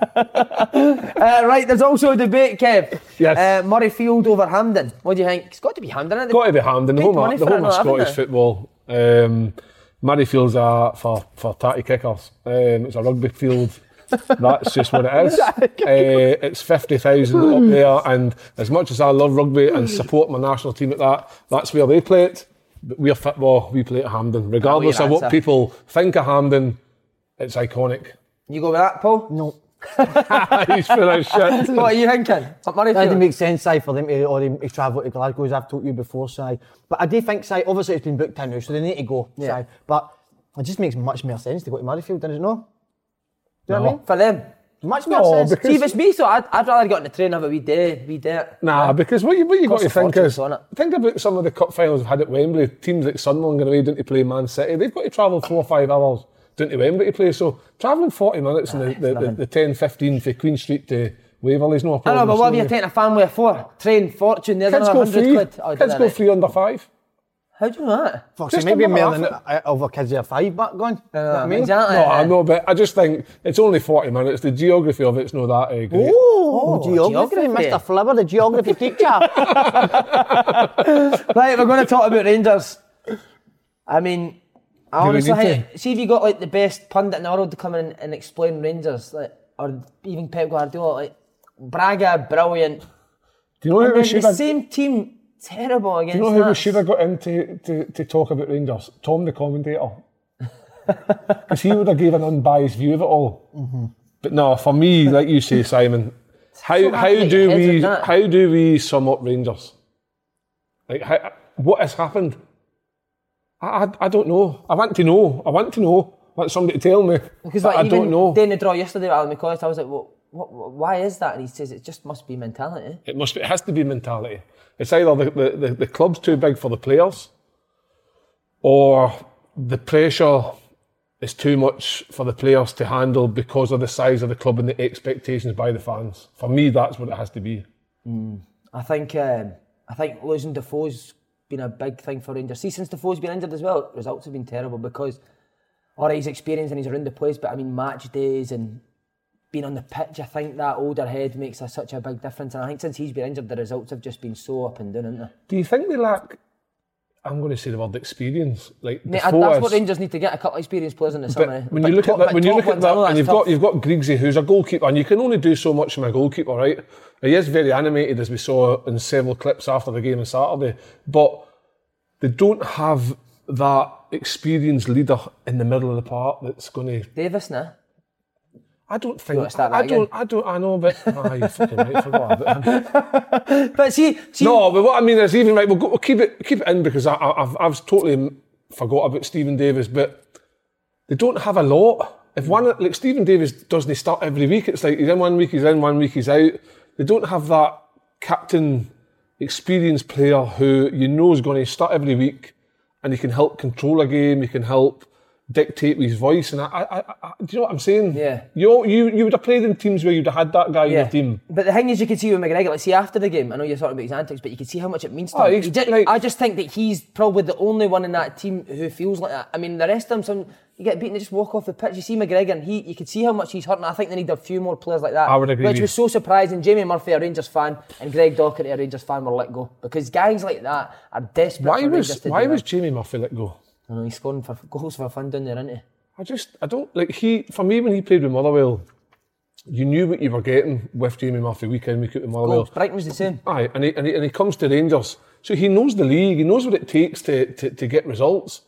Speaker 1: Uh, right, there's also a debate, Kev.
Speaker 3: Yes.
Speaker 1: Uh, Murrayfield over Hamden. What do you think? It's got to be Hamden. hasn't it?
Speaker 3: Got to be Hamden, the
Speaker 1: Paid
Speaker 3: home,
Speaker 1: money
Speaker 3: of, the
Speaker 1: for
Speaker 3: home
Speaker 1: it,
Speaker 3: of
Speaker 1: though, haven't
Speaker 3: Scottish
Speaker 1: they?
Speaker 3: football. Um, Murrayfield's a for for tatty kickers. Um, it's a rugby field. That's just what it is. uh, it's fifty thousand up there, and as much as I love rugby and support my national team at that, that's where they play it. But we're football. We play at Hamden, regardless of what
Speaker 1: answer.
Speaker 3: people think of Hamden. It's iconic.
Speaker 1: You go with that, Paul?
Speaker 2: No.
Speaker 3: He's full of shit.
Speaker 1: What are you thinking? Up
Speaker 2: That didn't
Speaker 1: Murrayfield?
Speaker 2: make sense, Si, for them to, or to travel to Glasgow, as I've told you before, Si. But I do think, Si, obviously it's been booked in now, so they need to go,
Speaker 1: Yeah.
Speaker 2: Si. But it just makes much more sense to go to Murrayfield, doesn't it? No? Do you know what I
Speaker 3: No.
Speaker 2: mean?
Speaker 1: For them.
Speaker 2: Much
Speaker 3: No,
Speaker 2: more sense.
Speaker 3: because-
Speaker 1: See, if it's me, so I'd, I'd rather get on the train have a wee day, wee day.
Speaker 3: Nah, because what you what you got
Speaker 1: Costs
Speaker 3: to
Speaker 1: a
Speaker 3: think
Speaker 1: fortune,
Speaker 3: is
Speaker 1: so, innit?
Speaker 3: think about some of the cup finals we've had at Wembley. Teams like Sunderland going away down to play Man City. They've got to travel four or five hours down to Wembley to play. So travelling forty minutes in the, the, the, the 10, 15 for Queen Street to Waverley's no
Speaker 1: I
Speaker 3: problem.
Speaker 1: know, but what if
Speaker 3: So
Speaker 1: you're taking a family of four? Train, fortune, there's
Speaker 3: Kids
Speaker 1: another
Speaker 3: go
Speaker 1: 100
Speaker 3: free.
Speaker 1: quid. Oh,
Speaker 3: Kids
Speaker 1: did
Speaker 3: go
Speaker 1: it?
Speaker 3: free under five.
Speaker 1: How do you know that?
Speaker 2: Fuck,
Speaker 3: Just
Speaker 2: so maybe
Speaker 3: another
Speaker 2: more than
Speaker 3: effort.
Speaker 2: uh, over kids that are five back gone. Do you know what I mean?
Speaker 1: Exactly.
Speaker 3: No, I know, but I just think it's only forty minutes. The geography of it's not that uh, great.
Speaker 2: Oh,
Speaker 1: Oh,
Speaker 2: geography,
Speaker 1: geography.
Speaker 2: Mr. Flibber, the geography teacher.
Speaker 1: Right, we're going to talk about Rangers. I mean, I
Speaker 3: Do we
Speaker 1: honestly
Speaker 3: need
Speaker 1: think, see if you got like the best pundit in the world to come in and explain Rangers, like, or even Pep Guardiola, like Braga, brilliant.
Speaker 3: Do you know
Speaker 1: And
Speaker 3: who
Speaker 1: then
Speaker 3: we should
Speaker 1: the
Speaker 3: have?
Speaker 1: same team, terrible against.
Speaker 3: Do you know who we
Speaker 1: us.
Speaker 3: should have got in to, to, to talk about Rangers? Tom the commentator. Because he would have gave an unbiased view of it all.
Speaker 1: Mm-hmm.
Speaker 3: But no, for me, like you say, Simon, how
Speaker 1: So
Speaker 3: how
Speaker 1: happy that your
Speaker 3: do
Speaker 1: head's
Speaker 3: we
Speaker 1: in that.
Speaker 3: how do we sum up Rangers? Like how, what has happened? I, I I don't know. I want to know. I want to know. I want somebody to tell me.
Speaker 1: Because
Speaker 3: But
Speaker 1: like,
Speaker 3: I
Speaker 1: even
Speaker 3: don't know.
Speaker 1: Then the draw yesterday with Alan McCoy, I was like, well, what, what, why is that? And he says it just must be mentality.
Speaker 3: It must. Be, it has to be mentality. It's either the, the, the, the club's too big for the players, or the pressure is too much for the players to handle because of the size of the club and the expectations by the fans. For me, that's what it has to be.
Speaker 1: I think um, I think losing Defoe's been a big thing for Rangers. See, since Defoe's been injured as well, results have been terrible because, all right, he's experienced and he's around the place, but I mean, match days and being on the pitch, I think that older head makes a, such a big difference. And I think since he's been injured, the results have just been so up and down, haven't they?
Speaker 3: Do you think they lack? I'm going to say the word experience. Like
Speaker 1: Mate, I-
Speaker 3: Defoe
Speaker 1: that's
Speaker 3: is-
Speaker 1: what Rangers need to get a couple of experienced players in the summer. eh?
Speaker 3: But when
Speaker 1: But
Speaker 3: you look
Speaker 1: top-
Speaker 3: at
Speaker 1: but
Speaker 3: that, when you
Speaker 1: top
Speaker 3: look at
Speaker 1: ones, I
Speaker 3: that,
Speaker 1: know
Speaker 3: and
Speaker 1: that's
Speaker 3: you've
Speaker 1: tough.
Speaker 3: got you've got Griggsy, who's a goalkeeper, and you can only do so much from a goalkeeper, right? He is very animated, as we saw in several clips after the game on Saturday, but they don't have that experienced leader in the middle of the park that's going to.
Speaker 1: Davis now.
Speaker 3: I don't think.
Speaker 1: wanna start
Speaker 3: I,
Speaker 1: that
Speaker 3: don't. I don't. I know, but ah, you fucking right, forgot about him.
Speaker 1: But see, see
Speaker 3: No, but what I mean is even right. We'll, go, we'll keep it keep it in because I, I, I've I've totally m- forgot about Stephen Davis, but they don't have a lot. If one like Stephen Davis doesn't start every week, it's like he's in one week, he's in one week, he's out. They don't have that captain, experienced player who you know is going to start every week, and he can help control a game. He can help dictate with his voice. And I, I, I, I do you know what I'm saying?
Speaker 1: Yeah.
Speaker 3: You you you would have played in teams where you'd have had that guy in your team.
Speaker 1: But the thing is, you could see with McGregor, like, see, after the game, I know you're talking about his antics, but you could see how much it means to
Speaker 3: Oh,
Speaker 1: him.
Speaker 3: he's
Speaker 1: He did-
Speaker 3: like-
Speaker 1: I just think that he's probably the only one in that team who feels like that. I mean, the rest of them, some you get beaten, they just walk off the pitch. You see McGregor, and he, you could see how much he's hurting. I think they need a few more players like that.
Speaker 3: I would agree with
Speaker 1: Which
Speaker 3: you.
Speaker 1: was so surprising. Jamie Murphy, a Rangers fan, and Greg Docherty, a Rangers fan, were let go because guys like that are desperate.
Speaker 3: Why
Speaker 1: for Rangers
Speaker 3: was
Speaker 1: to
Speaker 3: why
Speaker 1: do
Speaker 3: was
Speaker 1: that.
Speaker 3: Jamie Murphy let go?
Speaker 1: I know he's scoring for goals for fun down there, isn't he?
Speaker 3: I just, I don't, like, he, for me, when he played with Motherwell, you knew what you were getting with Jamie Murphy week in, week out with Motherwell.
Speaker 1: Well, Brighton was the same.
Speaker 3: Aye, and he, and he and he comes to Rangers, so he knows the league. He knows what it takes to to, to get results,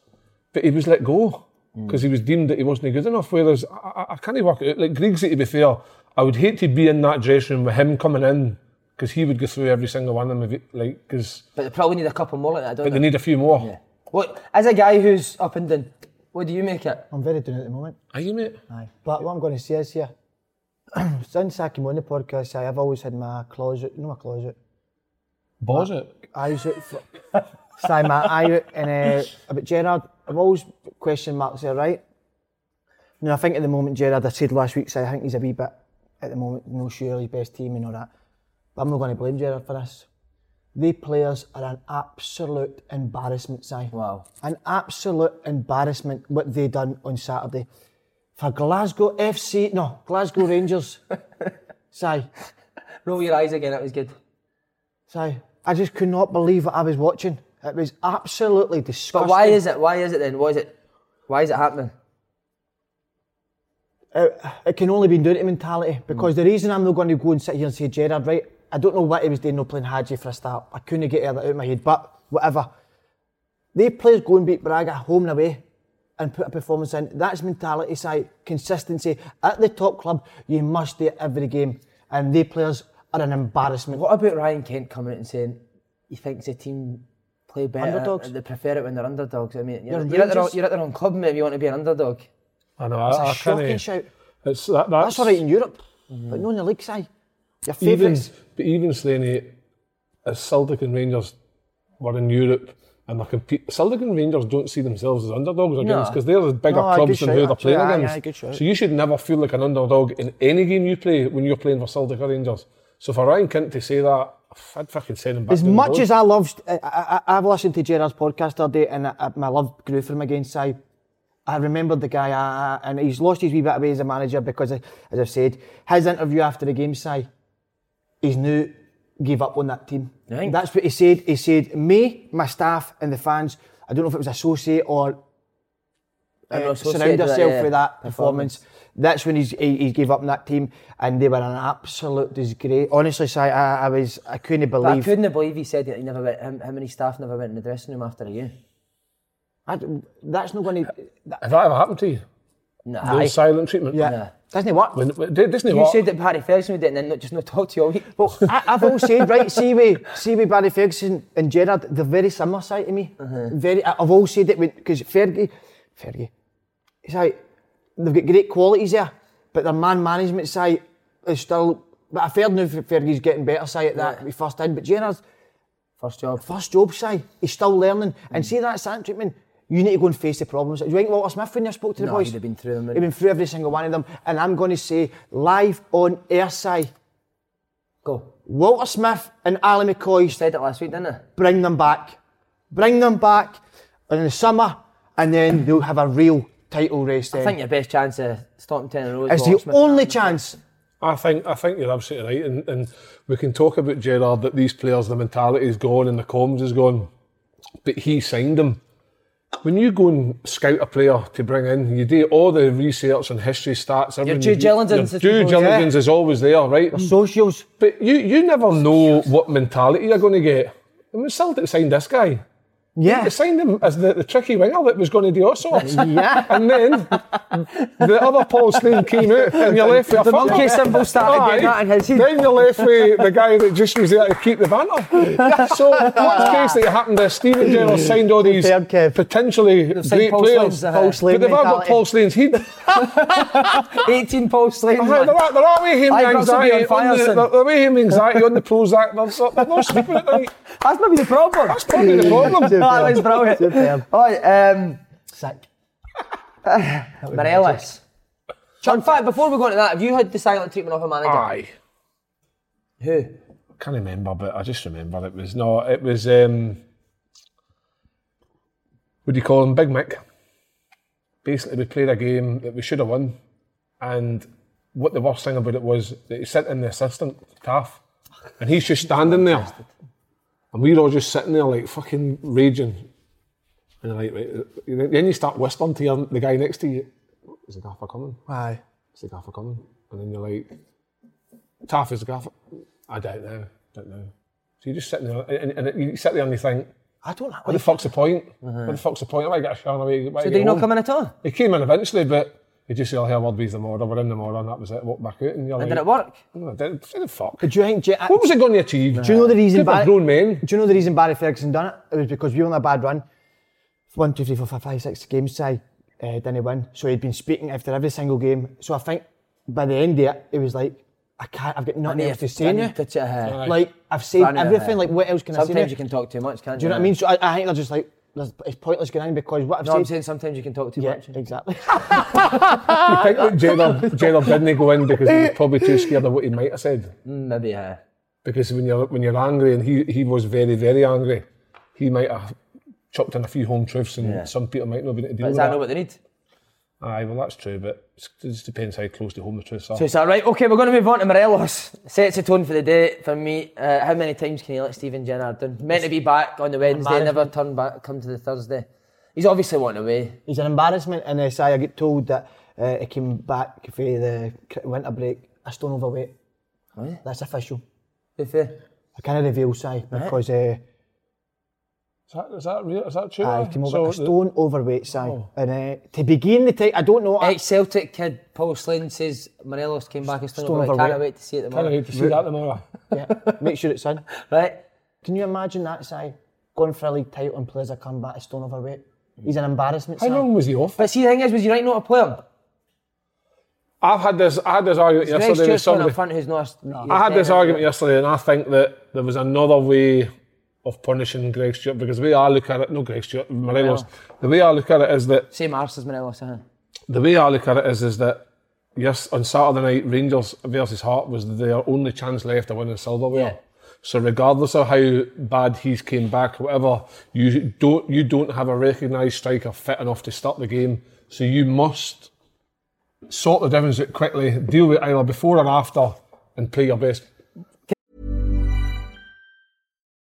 Speaker 3: but he was let go
Speaker 2: Hmm.
Speaker 3: because he was deemed that he wasn't good enough. Whereas I, I, I can't work it out. Like Griggsy, to be fair, I would hate to be in that dressing room with him coming in because he would go through every single one of them. If it, like, because
Speaker 1: But they probably need a couple more like that, don't
Speaker 3: but
Speaker 1: they?
Speaker 3: they need a few more.
Speaker 1: What, as a guy who's up and down, what do you make it?
Speaker 2: I'm very down at the moment.
Speaker 3: Are you mate?
Speaker 2: Aye. But what I'm going to say is here, since I came on the podcast, aye, I've always had my closet, no my closet,
Speaker 3: Balls it.
Speaker 2: eyes out, for, sorry, my eye out, and uh, about Gerard, I've always question marks there, right? Now, I think at the moment, Gerard, I said last week, so I think he's a wee bit, at the moment, no sure, his best team and all that. But I'm not going to blame Gerard for this. The players are an absolute embarrassment, Si.
Speaker 1: Wow.
Speaker 2: An absolute embarrassment what they done on Saturday. For Glasgow FC, no, Glasgow Rangers. Si,
Speaker 1: Roll your eyes again, that was good.
Speaker 2: Si, I just could not believe what I was watching. It was absolutely
Speaker 1: But
Speaker 2: disgusting.
Speaker 1: why is it? Why is it then? Why is it? Why is it happening?
Speaker 2: it can only be down to mentality
Speaker 1: Hmm.
Speaker 2: because the reason I'm not going to go and sit here and say Gerard, right? I don't know what he was doing, no playing Hadji for a start. I couldn't get that out of my head, but whatever. They players go and beat Braga home and away and put a performance in. That's mentality side, consistency. At the top club, you must do it every game, and they players are an embarrassment.
Speaker 1: What about Ryan Kent coming out and saying he thinks the team play better?
Speaker 2: Underdogs.
Speaker 1: and They prefer it when they're underdogs. I mean, you're,
Speaker 2: They're
Speaker 1: you're at, the wrong,
Speaker 2: Rangers.
Speaker 1: you're at the wrong club, mate, if you want to be an underdog.
Speaker 3: I know.
Speaker 2: It's a
Speaker 3: I, I
Speaker 2: shocking
Speaker 3: cannae-
Speaker 2: shout.
Speaker 3: It's that. That's,
Speaker 2: That's all right in Europe, but not in the league side. Your
Speaker 3: even,
Speaker 2: favourites.
Speaker 3: but even Slaney, as Celtic and Rangers were in Europe and they're compete, Celtic and Rangers don't see themselves as underdogs against because they're the bigger
Speaker 2: No, aye,
Speaker 3: clubs
Speaker 2: good
Speaker 3: than who
Speaker 2: shout,
Speaker 3: they're playing
Speaker 2: actually, aye,
Speaker 3: against.
Speaker 2: aye, good shout.
Speaker 3: so you should never feel like an underdog in any game you play when you're playing for Celtic or Rangers. So for Ryan Kent to say that, I'd fucking send him back.
Speaker 2: As
Speaker 3: down the
Speaker 2: much
Speaker 3: road.
Speaker 2: as I loved, I, I, I- I've listened to Gerard's podcast the other day, and I, I- my love grew from him again. Si, I remembered the guy, I, I- and he's lost his wee bit away as a manager because, as I've said, his interview after the game, Si, he's now gave up on that team.
Speaker 1: Right.
Speaker 2: That's what he said. He said, "Me, my staff, and the fans." I don't know if it was associate or
Speaker 1: And
Speaker 2: uh,
Speaker 1: we're supposed to do
Speaker 2: surround
Speaker 1: that,
Speaker 2: yourself
Speaker 1: yeah,
Speaker 2: with that performance. That's when he's, he, he gave up on that team, and they were an absolute disgrace. Honestly, Si, I, I was I couldn't
Speaker 1: But I
Speaker 2: believe.
Speaker 1: couldn't believe he said that he never went. How, how many staff never went in the dressing room after you?
Speaker 2: I d that's not going to. That,
Speaker 3: If that ever happened to you,
Speaker 1: Nah.
Speaker 3: no silent treatment.
Speaker 2: yeah,
Speaker 1: Nah.
Speaker 2: doesn't work.
Speaker 3: When, when, doesn't it
Speaker 1: You
Speaker 3: work?
Speaker 1: said that Barry Ferguson would it and then not, just not talk to you all week.
Speaker 2: Well, I, I've always said, right, see we, see we Barry Ferguson and Gerard, they're very similar side to me. Very, I- I've always said it because Fergie, Fergie, it's like they've got great qualities there, but their man management side is still. But I've heard now Fergie's getting better side at that. We first in, but Gerard's
Speaker 1: First job.
Speaker 2: first job side, he's still learning.
Speaker 1: Mm.
Speaker 2: And see that sand treatment, you need to go and face the problems. Do you think Walter Smith when you spoke to the
Speaker 1: No,
Speaker 2: boys?
Speaker 1: he'd have been through them,
Speaker 2: He'd
Speaker 1: wouldn't
Speaker 2: been through every single one of them. And I'm going to say, live on air side,
Speaker 1: Go.
Speaker 2: Walter Smith and Ali McCoy said,
Speaker 1: Said it last week, didn't I?
Speaker 2: bring them back. Bring them back in the summer, and then they'll have a real title race then.
Speaker 1: I think your best chance of stopping 10 in a row is
Speaker 2: it's
Speaker 1: Walter
Speaker 2: the
Speaker 1: Smith.
Speaker 2: only chance.
Speaker 3: I think I think you're absolutely right, and, and we can talk about Gerard that these players, the mentality is gone and the comms is gone, but he signed them. When you go and scout a player to bring in, you do all the research and history stats. everything
Speaker 1: due
Speaker 3: you do-
Speaker 1: diligence
Speaker 3: Your
Speaker 1: is people- Mm.
Speaker 3: due diligence is always there, right?
Speaker 2: Socials.
Speaker 3: But you you never know what mentality you're going to get. I mean, Celtic signed this guy.
Speaker 2: Yeah.
Speaker 3: They signed him as the, the tricky winger that was going to do all sorts.
Speaker 2: Yeah.
Speaker 3: And then the other Paul Slane came out, and you're left with a
Speaker 1: The
Speaker 3: fuck-
Speaker 1: monkey symbol started getting
Speaker 3: Aye.
Speaker 1: that in his head.
Speaker 3: Then you're left with the guy that just was there to keep the banter. so, what's the case that happened there? Stephen Gerrard
Speaker 1: Mm.
Speaker 3: signed all these
Speaker 2: Superb, Kev.
Speaker 3: potentially
Speaker 1: signed
Speaker 3: great
Speaker 1: Paul
Speaker 3: players.
Speaker 1: Slane's, uh, Paul
Speaker 2: Slane
Speaker 3: but they've all got
Speaker 2: mentality.
Speaker 3: Paul Slane's heat.
Speaker 1: 18 Paul Slane.
Speaker 3: Aye, They're, they're all with him
Speaker 1: Aye,
Speaker 3: with
Speaker 1: Brooks will be
Speaker 3: anxiety.
Speaker 1: on fire
Speaker 3: on the,
Speaker 1: soon.
Speaker 3: they're, they're with him with anxiety on the Prozac. They're, so- they're not sleeping at night.
Speaker 1: That's maybe the problem.
Speaker 3: That's probably the problem.
Speaker 1: that was brilliant.
Speaker 2: Superb.
Speaker 1: Right, um,
Speaker 2: Sick.
Speaker 1: Morelis. In fact, before we go into that, have you had the silent treatment of a manager?
Speaker 2: Ah,
Speaker 3: Aye.
Speaker 1: Who?
Speaker 3: can't remember, but I just remember it was no, it was um, what do you call him, Big Mick. Basically, we played a game that we should have won, and what the worst thing about it was that he sent in the assistant Taff, and he's just standing there, and we're all just sitting there like uh, fucking raging, and like right, then you start whispering to your, the guy next to you. is the gaffer coming?
Speaker 2: Aye.
Speaker 3: Is the gaffer coming? And then you're like, Taff is the gaffer. I don't know, don't know. So you're just sitting there, and, and, and you sit there and you think,
Speaker 2: I don't like
Speaker 3: what the fuck's the point? What the fuck's the point? I might get a shower away.
Speaker 1: Uh-huh. So did he not come in at all?
Speaker 3: He came in eventually, but he just said, oh, here, word bees the mortar, we're in the mortar, and that was it, walked back out. And you're
Speaker 1: And
Speaker 3: like,
Speaker 1: did it work?
Speaker 3: No, it didn't. Say the fuck.
Speaker 2: But do you think? Do you,
Speaker 3: What was it going to achieve?
Speaker 2: Do you know the reason?
Speaker 3: People are
Speaker 2: Barry-
Speaker 3: grown men.
Speaker 2: Do you know the reason Barry Ferguson done it? It was because we were on a bad run. One, two, three, four, five, five, six games. I uh, didn't win, so he'd been speaking after every single game. So I think by the end of it, he was like, "I can't. I've got nothing else to say now.
Speaker 1: Touch your hair.
Speaker 2: Like I've said
Speaker 1: Barney,
Speaker 2: everything.
Speaker 1: uh,
Speaker 2: Like what else can I say? now?
Speaker 1: Sometimes you can talk too much, can't you?
Speaker 2: Do you know what I mean? So I, I think they're just like, there's, it's pointless going in because what I've
Speaker 1: No,
Speaker 2: said.
Speaker 1: I'm saying sometimes you can talk too
Speaker 2: yeah,
Speaker 1: much.
Speaker 2: exactly.
Speaker 3: I
Speaker 1: Ah.
Speaker 3: think that Gerard, Gerard didn't go in because he was probably too scared of what he might have said.
Speaker 1: Mm, Maybe, uh, yeah.
Speaker 3: Because when you're when you're angry, and he, he was very very angry, he might have chucked in a few home truths, and
Speaker 1: Yeah.
Speaker 3: some people might not be able to deal
Speaker 1: But
Speaker 3: with
Speaker 1: is that
Speaker 3: that.
Speaker 1: not what they need?
Speaker 3: Aye, well that's true, but it's- it just depends how close to home the truths are.
Speaker 1: So it's all right. Okay, we're going to move on to Morelos. Sets the tone for the day for me. Uh, how many times can you let Steven Gerrard down? Meant to be back on the Wednesday, never turn back, come to the Thursday. He's obviously wanting away.
Speaker 2: He's an embarrassment, and uh, si, I get told that uh, he came back for the cr- winter break a stone overweight. That's official.
Speaker 1: Be fair.
Speaker 2: I can't reveal Si because uh,
Speaker 3: Is that, is that real? Is that true?
Speaker 2: I came over
Speaker 3: So
Speaker 2: a
Speaker 3: the-
Speaker 2: stone overweight Si, and uh, to begin the time, I don't know. I,
Speaker 1: Ex Celtic kid Paul Slane says Morelos came back and still
Speaker 2: Stone
Speaker 1: not back. Can't
Speaker 2: overweight.
Speaker 1: wait to see it
Speaker 3: I
Speaker 1: tomorrow.
Speaker 3: need to see that tomorrow.
Speaker 2: yeah, make sure it's in.
Speaker 1: Right?
Speaker 2: Can you imagine that Si going for a league title and plays a comeback a stone overweight? He's an embarrassment. Si.
Speaker 3: How long was he off?
Speaker 1: But see, the thing is, was United not a player?
Speaker 3: I've had this. I had this argument
Speaker 1: Greg
Speaker 3: yesterday with
Speaker 1: Stewart's one up
Speaker 3: somebody.
Speaker 1: front who's not.
Speaker 3: I had this argument yesterday, and I think that there was another way of punishing Greg Stewart because the way I look at it, no Greg Stewart, Morelos. The way I look at it is that
Speaker 1: Same arse as Morelos, huh?
Speaker 3: the way I look at it is is that yes, on Saturday night Rangers versus Hart was their only chance left of winning silverware.
Speaker 1: Yeah.
Speaker 3: So regardless of how bad he's came back, whatever, you don't you don't have a recognised striker fit enough to start the game. So you must sort the difference out quickly, deal with it either before or after, and play your best.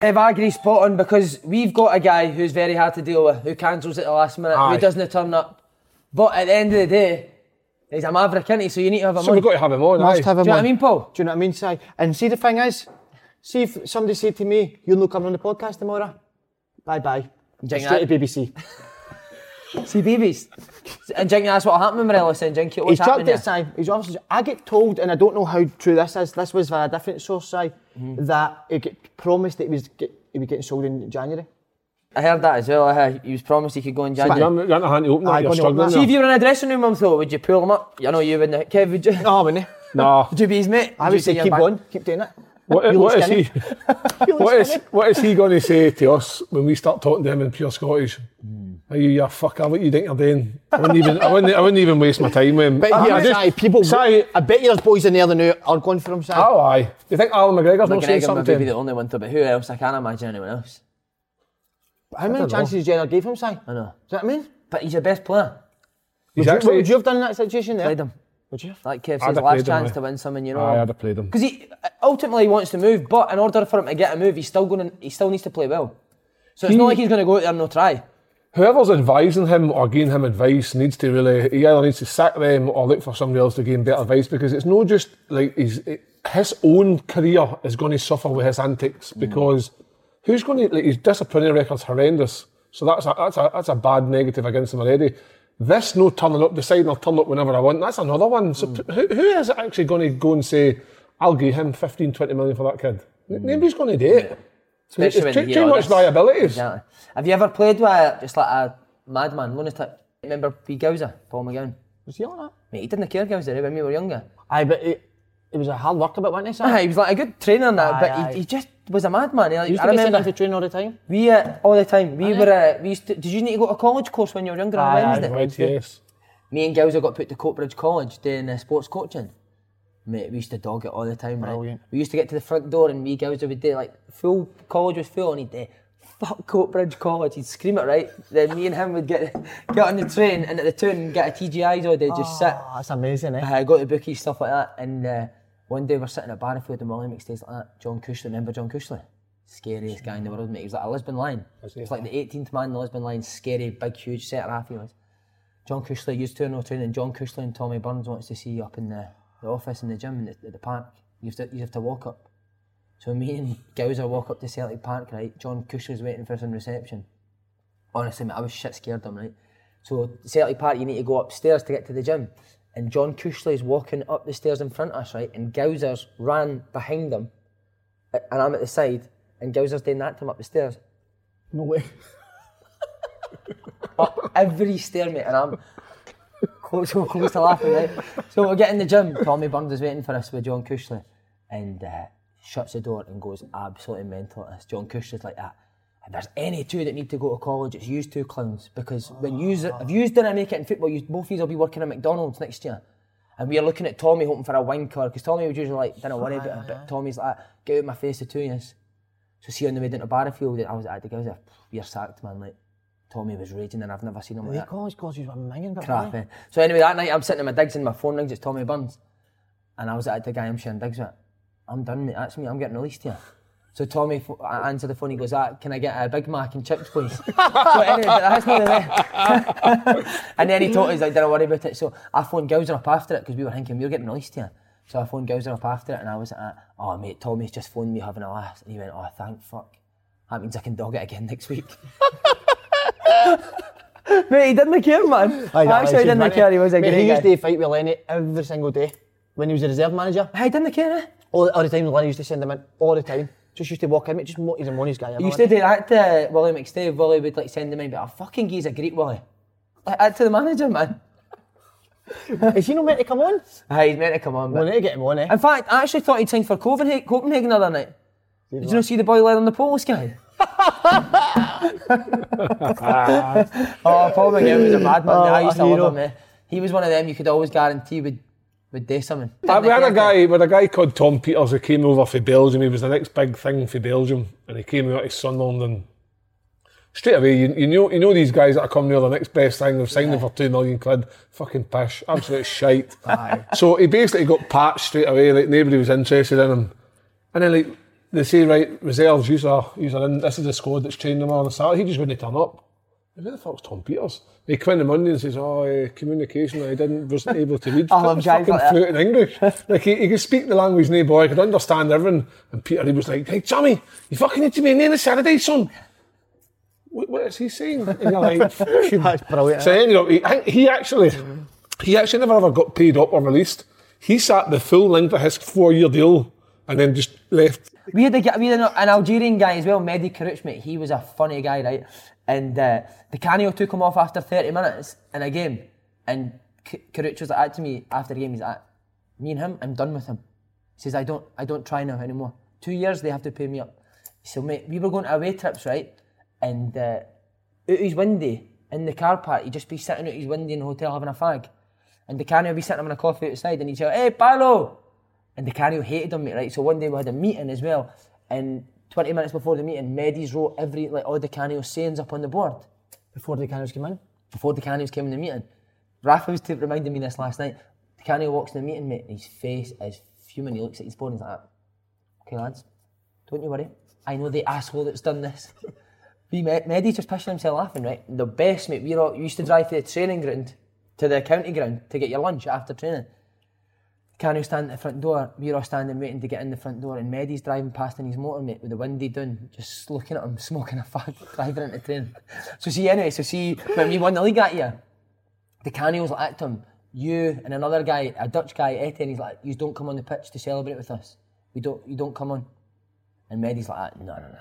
Speaker 1: Ev, I agree spot on because we've got a guy who's very hard to deal with, who cancels at the last minute,
Speaker 3: Aye.
Speaker 1: who doesn't turn up. But at the end of the day, he's a maverick, is So you need to have him
Speaker 3: So
Speaker 1: on.
Speaker 3: we've got to have him on.
Speaker 2: Must
Speaker 3: aye.
Speaker 2: have
Speaker 1: Do
Speaker 2: him
Speaker 1: you know what I
Speaker 2: on.
Speaker 1: mean, Paul?
Speaker 2: Do you know what I mean, Si? And see, the thing is, see if somebody said to me, "You're not coming on the podcast tomorrow." Bye bye.
Speaker 1: Jing
Speaker 2: Straight to BBC.
Speaker 1: See babies. And Jinky, that's what happened with Morelos then, Jinky. What's
Speaker 2: He's chucked
Speaker 1: happening
Speaker 2: it,
Speaker 1: there?
Speaker 2: Si. He's obviously. I get told, and I don't know how true this is. This was via a different source, Si, that it get promised that he was get, he was getting sold in January.
Speaker 1: I heard that as well. I, he was promised he could go in January.
Speaker 3: You're you're not hand to open
Speaker 2: Aye,
Speaker 3: that, you're
Speaker 2: go and open
Speaker 3: struggling.
Speaker 2: that.
Speaker 1: See, if
Speaker 3: there.
Speaker 1: you were in a dressing room, I'm thought, would you pull him up? I know you wouldn't. Kev, would you?
Speaker 2: No, wouldn't he?
Speaker 3: Nah.
Speaker 1: Would you be his mate?
Speaker 2: I
Speaker 1: Would you
Speaker 2: would say
Speaker 1: you're
Speaker 2: keep
Speaker 1: back-
Speaker 2: going, keep doing it.
Speaker 3: What,
Speaker 2: You look
Speaker 3: what is
Speaker 2: skinny.
Speaker 3: he?
Speaker 2: You look
Speaker 3: What is
Speaker 2: skinny.
Speaker 3: what is he going to say to us when we start talking to him in pure Scottish?
Speaker 2: Hmm.
Speaker 3: Are you your fucker? What you think you're doing? I wouldn't even, I wouldn't, I wouldn't even waste my time with him. Ah,
Speaker 2: But
Speaker 3: I
Speaker 2: here,
Speaker 3: just-
Speaker 2: Si, people.
Speaker 3: Si,
Speaker 2: I bet you there's boys in there that know are going for him, Si.
Speaker 3: oh aye. Do you think Alan McGregor's not saying
Speaker 1: McGregor
Speaker 3: something?
Speaker 1: would
Speaker 3: to
Speaker 1: be
Speaker 3: him?
Speaker 1: the only one to, but who else? I can't imagine anyone else.
Speaker 2: How many
Speaker 3: don't know.
Speaker 2: chances Gerard gave him, Si? I know. Do you know what I mean?
Speaker 1: But he's your best player.
Speaker 3: He's
Speaker 2: What
Speaker 3: actually-
Speaker 2: would you have done in that situation there?
Speaker 1: Played him.
Speaker 2: Would you? have? eh?
Speaker 1: Like Kev
Speaker 3: I'd
Speaker 1: says,
Speaker 3: have
Speaker 1: last
Speaker 3: played him,
Speaker 1: chance
Speaker 3: aye.
Speaker 1: to win something, you know.
Speaker 3: Aye, I'd have played him.
Speaker 1: Because he
Speaker 2: uh,
Speaker 1: ultimately he wants to move, but in order for him to get a move, he's still going. He still needs to play well. So it's
Speaker 3: He-
Speaker 1: not like he's going to go out there and no try.
Speaker 3: Whoever's advising him or giving him advice needs to really, he either needs to sack them or look for somebody else to give him better advice because it's not just like his, his own career is going to suffer with his antics
Speaker 1: Mm.
Speaker 3: because who's going to, like, his disciplinary record's horrendous. So that's a, that's a, that's a bad negative against him already. This no turning up, deciding I'll turn up whenever I want, that's another one. So
Speaker 1: Mm.
Speaker 3: p- who, who is actually going to go and say, I'll give him 15, 20 million for that kid? N- Nobody's going to do it. So it's
Speaker 1: Mm. Especially when
Speaker 3: too,
Speaker 1: you
Speaker 3: too
Speaker 1: hear all
Speaker 3: much
Speaker 1: this.
Speaker 3: liabilities.
Speaker 1: Exactly. Have you ever played with a, just like a madman lunatic? Remember P. Gowser, Paul McGowan?
Speaker 2: Was he on that?
Speaker 1: Mate, he didn't care Gowser eh, when we were younger.
Speaker 2: Aye, but it, it was a hard work about wasn't it?
Speaker 1: Aye, he was like a good trainer and that,
Speaker 2: Aye,
Speaker 1: but
Speaker 2: aye.
Speaker 1: He, he just was a madman. He, like,
Speaker 2: He used
Speaker 1: I
Speaker 2: to get sent
Speaker 1: remember
Speaker 2: off the train all the time.
Speaker 1: we uh, all the time. We were uh, we used to. Did you need to go to a college course when you were younger on
Speaker 2: Aye,
Speaker 1: a
Speaker 2: aye,
Speaker 1: Wednesday?
Speaker 3: Right, yes.
Speaker 1: Me and Gowser got put to Coatbridge College doing uh, sports coaching. Mate, we used to dog it all the time, right?
Speaker 2: Brilliant.
Speaker 1: We used to get to the front door and me Gowser would do like full college was full and he'd do, fuck Coatbridge College, he'd scream it right. Then me and him would get get on the train and at the turn and get a TGI's all day, just sit.
Speaker 2: Oh, that's amazing, eh?
Speaker 1: I got the bookies, stuff like that. And uh, one day we're sitting at Barnfield and Molly McStays like that. John Cushley, remember John Cushley? Scariest guy in the world, mate. He was like a Lisbon lion. It's like the 18th man in the Lisbon lion, scary, big, huge set half he was. John Cushley used to know training. John Cushley and Tommy Burns wants to see you up in the, the office in the gym in the, at the park. You have to you have to walk up. So me and Gowser walk up to Celtic Park, right? John Cushley's waiting for us in reception. Honestly, mate, I was shit scared of him, right? So Celtic Park, you need to go upstairs to get to the gym. And John Cushley is walking up the stairs in front of us, right? And Gowser's ran behind him, a- and I'm at the side, and Gowser's doing that to him up the stairs.
Speaker 2: No way.
Speaker 1: Up every stair, mate, and I'm close, so close to laughing, right? So we're getting in the gym. Tommy Burns is waiting for us with John Cushley, and uh, shuts the door and goes absolutely mental at us. John Cushley's like that. If there's any two that need to go to college, it's used two clowns because when you if you didn't make it in football, you both of will be working at McDonald's next year. And we are looking at Tommy hoping for a wanker because Tommy was usually like, don't worry about it, but Tommy's like, get out of my face the two of yous. So see on the way down to Barfield, I was at the guy was like, you're sacked, man. Like Tommy was raging, and I've never seen him like
Speaker 2: The
Speaker 1: that
Speaker 2: college coaches were minging, but
Speaker 1: crap. eh. So anyway, that night I'm sitting in my digs and my phone rings. It's Tommy Burns, and I was at the guy I'm sharing digs with. I'm done, mate. That's me. I'm getting released here. So Tommy ph- I answered the phone. He goes, ah, "Can I get a Big Mac and chips, please?" so anyway, but that's not the way. and then he told us, "Like, don't worry about it." So I phoned Gowser up after it because we were thinking we were getting released here. So I phoned Gowser up after it, and I was like, "Oh, mate, Tommy's just phoned me having a laugh," and he went, "Oh, thank fuck." That means I can dog it again next week.
Speaker 4: Mate, he didn't care, man.
Speaker 2: Aye, that
Speaker 4: Actually,
Speaker 2: was
Speaker 4: he didn't
Speaker 2: minging.
Speaker 4: care. He was a
Speaker 2: Mate,
Speaker 4: great
Speaker 2: He used
Speaker 4: guy.
Speaker 2: to fight with Lenny every single day when he was a reserve manager.
Speaker 1: I didn't care. Eh?
Speaker 2: All, all the time, Lenny used to send him in all the time. Just used to walk in, mate, just mo- he's a money's guy.
Speaker 1: You used to do that to uh, Willie McStave. Willie would like send him in, but I fucking he's a great Willie. Like that to the manager, man.
Speaker 2: Is he not meant to come on?
Speaker 1: Aye, he's meant to come on.
Speaker 2: We
Speaker 1: But...
Speaker 2: need to get him on, eh?
Speaker 1: In fact, I actually thought he'd signed for Copenhagen, Copenhagen the other night. Did you not see the boy lying on the Polish guy? oh, Paul McGill was a
Speaker 3: Oh,
Speaker 1: madman. I used to
Speaker 2: a
Speaker 1: love
Speaker 2: hero.
Speaker 1: him. Eh? He was one of them you could always guarantee would would do something.
Speaker 3: Uh, we had a
Speaker 1: Didn't care.
Speaker 3: guy, we had a guy called Tom Peters who came over for Belgium. He was the next big thing for Belgium, and he came out to Sunderland. And straight away, you, you know, you know these guys that are coming near the next best thing. They've signed him for two million quid. Fucking pish, absolute shite. So he basically got patched straight away. Like nobody was interested in him. And then like they say, right, reserves, you are, you are in. This is the squad that's training them on a Saturday. He just wouldn't turn up. Who the fuck's Tom Peters? He came in the Monday and says, "Oh, uh, communication. I didn't wasn't able to read.
Speaker 1: I love
Speaker 3: Put
Speaker 1: guys
Speaker 3: fucking
Speaker 1: like that.
Speaker 3: fluent in English. like he, he could speak the language, nay boy. He could understand everything. And Peter, he was like, "Hey, Tommy, you fucking need to be in there on Saturday, son." What, what is he saying? And you're like, "Fucking-"
Speaker 2: That's brilliant.
Speaker 3: So ended up, he, I think he actually, he actually never ever got paid up or released. He sat the full length of his four-year deal and then just left.
Speaker 1: We had, a, guy- we had an, an Algerian guy as well, Mehdi Karouch, mate. He was a funny guy, right? And uh, the Canio took him off after 30 minutes in a game. And K- Karouch was like, that to me after the game, he's like, me and him, I'm done with him. He says, I don't, I don't try now anymore. Two years, they have to pay me up. So, mate, we were going to away trips, right? And uh, out his window in the car park, he'd just be sitting out his window in the hotel having a fag. And the Canio would be sitting having a coffee outside and he'd say, hey, Paolo! And the Canio hated him, mate, right? So one day we had a meeting as well, and 20 minutes before the meeting, Medis wrote every, like, all the Canio sayings up on the board.
Speaker 2: Before the cameras came in.
Speaker 1: before the Cannies came in the meeting. Rafa was t- reminding me this last night. The Canny walks in the meeting, mate, and his face is fuming. He looks at his phone and he's like, okay, lads, don't you worry. I know the asshole that's done this. We met Meddy's just pissing himself laughing, right? The best, mate. We, all, we used to drive to the training ground, to the county ground, to get your lunch after training. Can you stand at the front door? We're all standing waiting to get in the front door, and Meddy's driving past in his motor, mate, with the windy down, just looking at him, smoking a fag, driving into train. So, see, anyway, so see, when we won the league that year, the Canio's like at him, you and another guy, a Dutch guy, Etienne, he's like, you don't come on the pitch to celebrate with us. We don't, you don't come on. And Meddy's like, "Ah, no, no, no.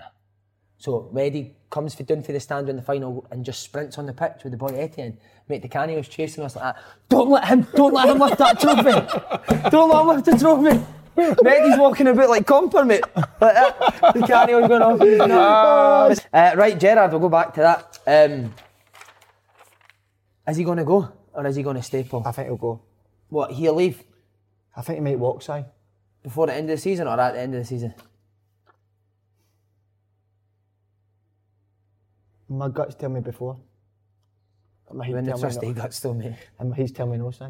Speaker 1: So Meddy comes for down for the stand in the final and just sprints on the pitch with the boy Etienne. Mate, the Canio's chasing us like that. Don't let him, don't let him lift that trophy. Don't let him lift the trophy.
Speaker 4: Meddy's walking about like comper, mate. Like that. The carry on going off. He's not-
Speaker 1: Uh, right, Gerard, we'll go back to that. Um, is he going to go or is he going to stay, Paul?
Speaker 2: I think he'll go.
Speaker 1: What, he'll leave
Speaker 2: I think he might walk, Si.
Speaker 1: before the end of the season or at the end of the season?
Speaker 2: My guts tell me before. But My
Speaker 1: When
Speaker 2: head
Speaker 1: the
Speaker 2: tell me
Speaker 1: trustee
Speaker 2: no.
Speaker 1: got still, mate.
Speaker 2: And my head's tell me no, Si.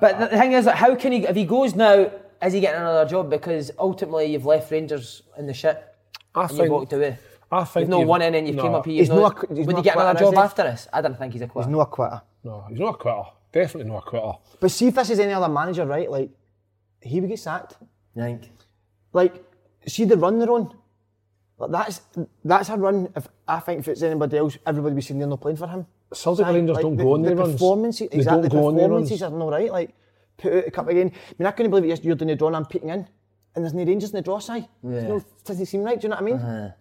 Speaker 1: But the- the thing is, like, how can he? If he goes now, is he getting another job? Because ultimately, you've left Rangers in the shit
Speaker 3: I
Speaker 1: and you've
Speaker 3: think,
Speaker 1: walked away.
Speaker 3: I think
Speaker 1: You've not
Speaker 3: you've-
Speaker 1: won any, and you've
Speaker 3: no,
Speaker 1: came up here.
Speaker 2: He's
Speaker 1: you've
Speaker 2: not a qu- he's
Speaker 1: Would
Speaker 2: not
Speaker 1: he
Speaker 2: a
Speaker 1: get another
Speaker 2: quitter, is
Speaker 1: job
Speaker 2: he?
Speaker 1: after this? I don't think he's a quitter.
Speaker 2: He's no a quitter.
Speaker 3: No, he's not a quitter. Definitely not a quitter.
Speaker 2: But see if this is any other manager, right? Like, he would get sacked.
Speaker 1: I think.
Speaker 2: Like, see the run they're on. Like, that's that's a run. If I think if it's anybody else, everybody we seen there not playing for him.
Speaker 3: Celtic Rangers
Speaker 2: Like,
Speaker 3: don't
Speaker 2: the,
Speaker 3: go on
Speaker 2: the
Speaker 3: their runs.
Speaker 2: performances,
Speaker 3: They
Speaker 2: exactly.
Speaker 3: don't go on
Speaker 2: the
Speaker 3: their
Speaker 2: performances
Speaker 3: runs.
Speaker 2: are no right. Like, put out a cup again. I mean, I couldn't believe it yesterday. You're doing the draw and I'm peeking in, and there's no Rangers in the draw side.
Speaker 1: Yeah.
Speaker 2: No, doesn't seem right. Do you know what I mean?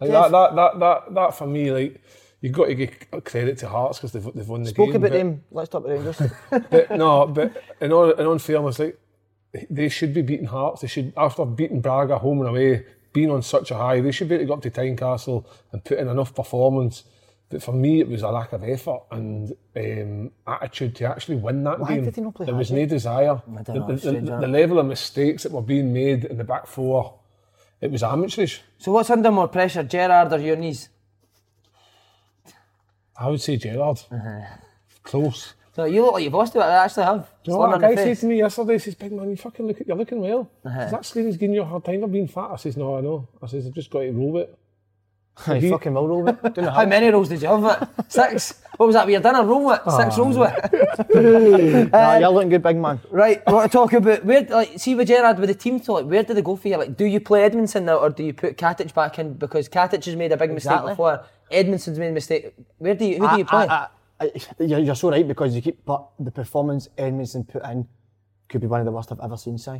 Speaker 3: Like that, that, that, that, that for me, like, you've got to give credit to Hearts because they've, they've won the
Speaker 2: Spoke
Speaker 3: game.
Speaker 2: about
Speaker 3: but-
Speaker 2: them. Let's talk about Rangers.
Speaker 3: but no, but in all, in all fairness, like they should be beating Hearts. They should after beating Braga home and away, being on such a high, they should be able to go up to Tynecastle and put in enough performance. But for me, it was a lack of effort and um, attitude to actually win that
Speaker 2: Why
Speaker 3: game.
Speaker 2: did they not play
Speaker 3: there was
Speaker 2: Hardy?
Speaker 3: no desire.
Speaker 1: I don't
Speaker 3: The-
Speaker 1: know,
Speaker 3: the,
Speaker 1: it's strange,
Speaker 3: the-
Speaker 1: isn't
Speaker 3: the
Speaker 1: it?
Speaker 3: level of mistakes that were being made in the back four, it was amateurish.
Speaker 1: So what's under more pressure, Gerard or your knees?
Speaker 3: I would say Gerard. Close.
Speaker 1: So you look like you've lost it. I actually have.
Speaker 3: Do you
Speaker 1: Slap
Speaker 3: know what
Speaker 1: in the
Speaker 3: that guy said
Speaker 1: face.
Speaker 3: to me yesterday? He says, Big man, you fucking look, you're looking well. Is that Slaney's giving you a hard time for being fat? I says, No, I know. I says, I've just got to roll with it.
Speaker 2: He fucking will roll with it. Don't know
Speaker 1: How many rolls did you have? With? Six. What was that? with your dinner roll with six rolls with.
Speaker 2: Nah, you're looking good, big man.
Speaker 1: Right, I want to talk about where, like, see with Gerard with the team talk. Where do they go for you? Like, do you play Edmondson now, or do you put Katic back in because Katic has made a big mistake
Speaker 2: Exactly.
Speaker 1: before? Edmondson's made a mistake. Where do you? Who do you play?
Speaker 2: I- I- I- I- you're, you're so right because you keep, but the performance Edmondson put in could be one of the worst I've ever seen, Si.